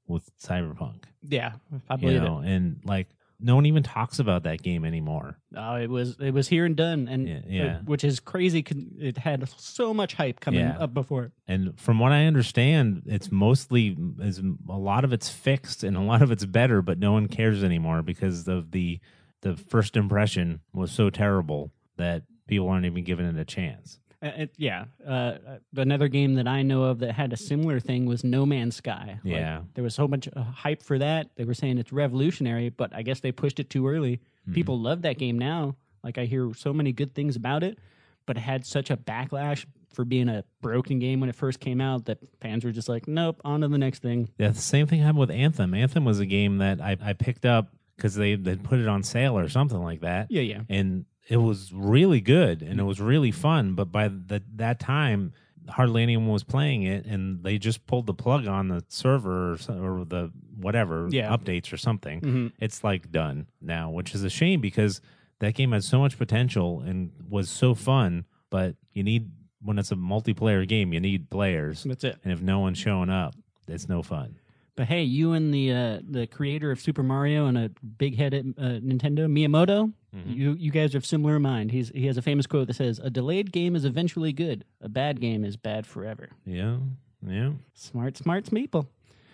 A: with Cyberpunk.
B: Yeah. I
A: You
B: believe it.
A: know, and like no one even talks about that game anymore.
B: Oh, it was it was here and done, and
A: Yeah, yeah.
B: which is crazy. 'cause It had so much hype coming
A: Yeah.
B: up before it.
A: And from what I understand, it's mostly is a lot of it's fixed and a lot of it's better, but no one cares anymore because of the the first impression was so terrible that people aren't even giving it a chance.
B: Uh, it- yeah. Uh, another game that I know of that had a similar thing was No Man's Sky. Like,
A: Yeah.
B: there was so much uh, hype for that. They were saying it's revolutionary, but I guess they pushed it too early. People love that game now. Like I hear so many good things about it, but it had such a backlash for being a broken game when it first came out that fans were just like, nope, on to the next thing.
A: Yeah, the same thing happened with Anthem. Anthem was a game that I, I picked up because they they put it on sale or something like that,
B: Yeah, yeah.
A: and it was really good and it was really fun. But by the, that time, hardly anyone was playing it, and they just pulled the plug on the server or, so- or the whatever
B: Yeah.
A: updates or something.
B: Mhm.
A: It's like done now, which is a shame because that game had so much potential and was so fun. But you need when it's a multiplayer game, you need players,
B: That's it.
A: and if no one's showing up, it's no fun.
B: But hey, you and the uh, the creator of Super Mario and a big head at uh, Nintendo, Miyamoto,
A: Mhm.
B: you you guys are of similar mind. He's he has a famous quote that says, "A delayed game is eventually good. A bad game is bad forever."
A: Yeah, yeah,
B: Smart, smart people.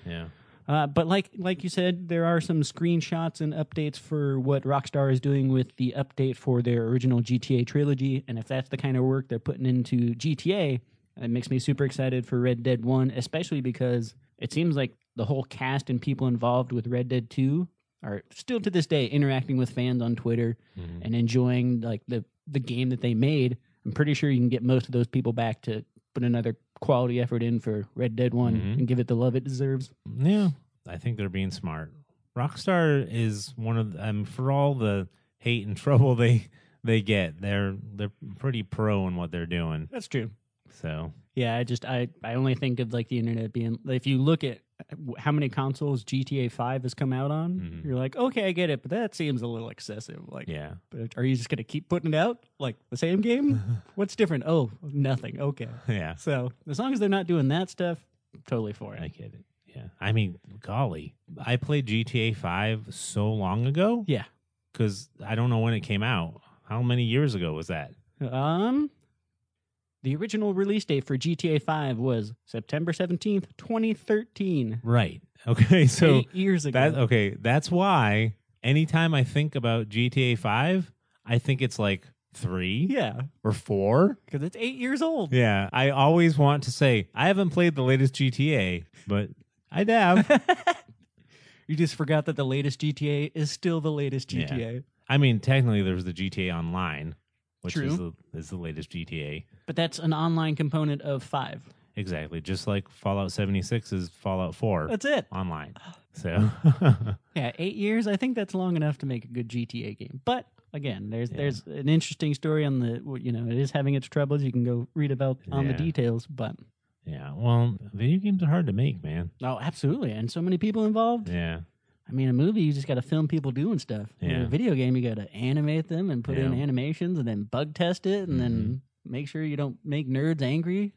A: yeah.
B: Uh, but like like you said, there are some screenshots and updates for what Rockstar is doing with the update for their original GTA trilogy, and if that's the kind of work they're putting into GTA, it makes me super excited for Red Dead One, especially because it seems like the whole cast and people involved with Red Dead Two are still to this day interacting with fans on Twitter
A: Mhm.
B: and enjoying like the the game that they made. I'm pretty sure you can get most of those people back to put another quality effort in for Red Dead One
A: Mhm.
B: and give it the love it deserves.
A: Yeah, I think they're being smart. Rockstar is one of the, um, for all the hate and [LAUGHS] trouble they they get, they're they're pretty pro in what they're doing.
B: That's true.
A: So
B: Yeah, I just I I only think of like the internet being if you look at how many consoles GTA 5 has come out on,
A: Mhm.
B: you're like, "Okay, I get it, but that seems a little excessive." Like,
A: yeah, [LAUGHS]
B: but are you just going to keep putting it out like the same game? What's different? Oh, nothing. Okay.
A: yeah,
B: So, as long as they're not doing that stuff, totally for
A: I
B: it.
A: get it. Yeah, I mean, golly, I played GTA Five so long ago
B: Yeah.
A: because I don't know when it came out. How many years ago was that?
B: Um the original release date for GTA 5 was September 17th, 2013.
A: Right. [LAUGHS] Okay. So
B: 8 years ago.
A: That oh. okay, that's why anytime I think about GTA 5, I think it's like 3
B: yeah,
A: or 4.
B: cuz it's 8 years old.
A: Yeah, I always want to say I haven't played the latest GTA, but I
B: [LAUGHS]
A: have.
B: You just forgot that the latest GTA is still the latest
A: Yeah.
B: GTA.
A: I mean, technically there was the GTA Online, which is the,
B: True.
A: is the latest GTA.
B: But that's an online component of five.
A: Exactly, just like Fallout 76 is Fallout 4
B: That's it.
A: online.
B: Oh.
A: So, [LAUGHS]
B: Yeah, eight years. I think that's long enough to make a good GTA game. But again, there's
A: Yeah.
B: there's an interesting story on the well, you know it is having its troubles. You can go read about on
A: Yeah.
B: the details. But
A: yeah, well, video games are hard to make, man.
B: oh, absolutely, and so many people involved.
A: Yeah. [LAUGHS]
B: I mean, a movie you just got to film people doing stuff. With
A: Yeah.
B: a video game you got to animate them and put in
A: Yeah. Mm-hmm.
B: animations and then bug test it and then make sure you don't make nerds angry.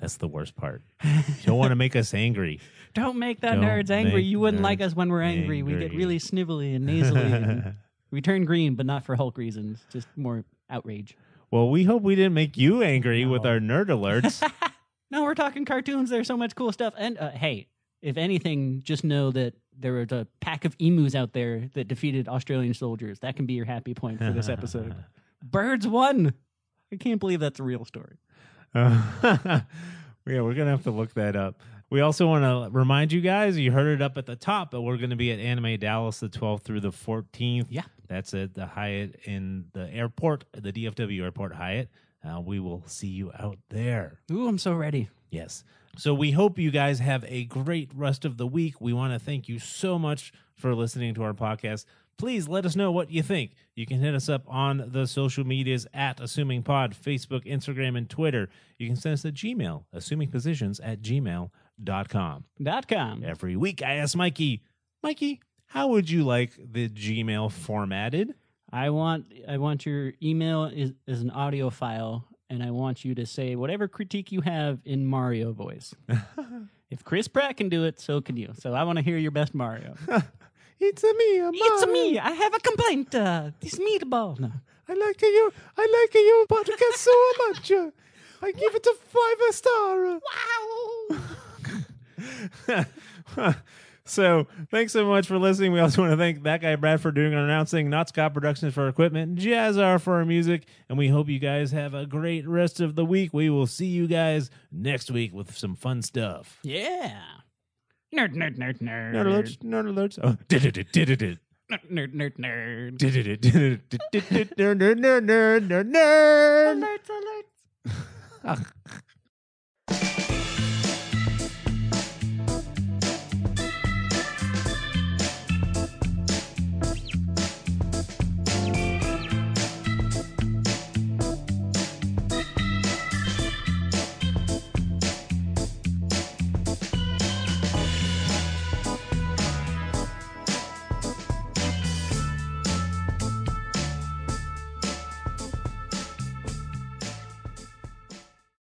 A: That's the worst part. You don't want to make us angry.
B: Don't make the
A: Don't
B: nerds angry.
A: make
B: You wouldn't like
A: nerds
B: us when we're angry. We get
A: angry.
B: really snivelly and nasally. and we turn green, but not for Hulk reasons, just more outrage.
A: [LAUGHS] well, we hope we didn't make you angry with
B: No.
A: our nerd
B: [LAUGHS]
A: alerts. [LAUGHS]
B: No, we're talking cartoons. There's so much cool stuff. And uh, hey, if anything, just know that there was a pack of emus out there that defeated Australian soldiers. That can be your happy point for
A: [LAUGHS]
B: this episode. Birds won. I can't believe that's a real story.
A: Uh, yeah, we're gonna have to look that up. We also want to remind you guys, you heard it up at the top, but we're going to be at Anime Dallas the 12th through the 14th.
B: Yeah.
A: That's at the Hyatt in the airport, the DFW airport Hyatt. Uh, we will see you out there.
B: Ooh, I'm so ready.
A: Yes. So we hope you guys have a great rest of the week. We want to thank you so much for listening to our podcast. Please let us know what you think. You can hit us up on the social medias at Assuming Pod, Facebook, Instagram, and Twitter. You can send us a Gmail, assumingpositions at gmail.com.
B: Dot com.
A: Every week I ask Mikey, Mikey, how would you like the Gmail formatted?
B: I want I want your email is, is an audio file, and I want you to say whatever critique you have in Mario [LAUGHS] voice. if Chris Pratt can do it, so can you. So I want to hear your best Mario.
A: It's a me, a
B: [LAUGHS] it's me. I have a complaint. Uh, this meatball. No.
A: I like you. I like your podcast so much. I give it a five star. Wow. So thanks so much for listening. We also want to thank that guy Brad for doing our announcing, Not Scott Productions for our equipment, Jazzar for our music, and we hope you guys have a great rest of the week. We will see you guys next week with some fun stuff.
B: Yeah. Nerd, nerd, nerd, nerd.
A: Nerd alerts, nerd alerts. Oh, did it, did it, did
B: Nerd, nerd, nerd, nerd.
A: did it, did it, did it, nerd, nerd, nerd, nerd, nerd.
B: Alerts, alerts.
A: Ah.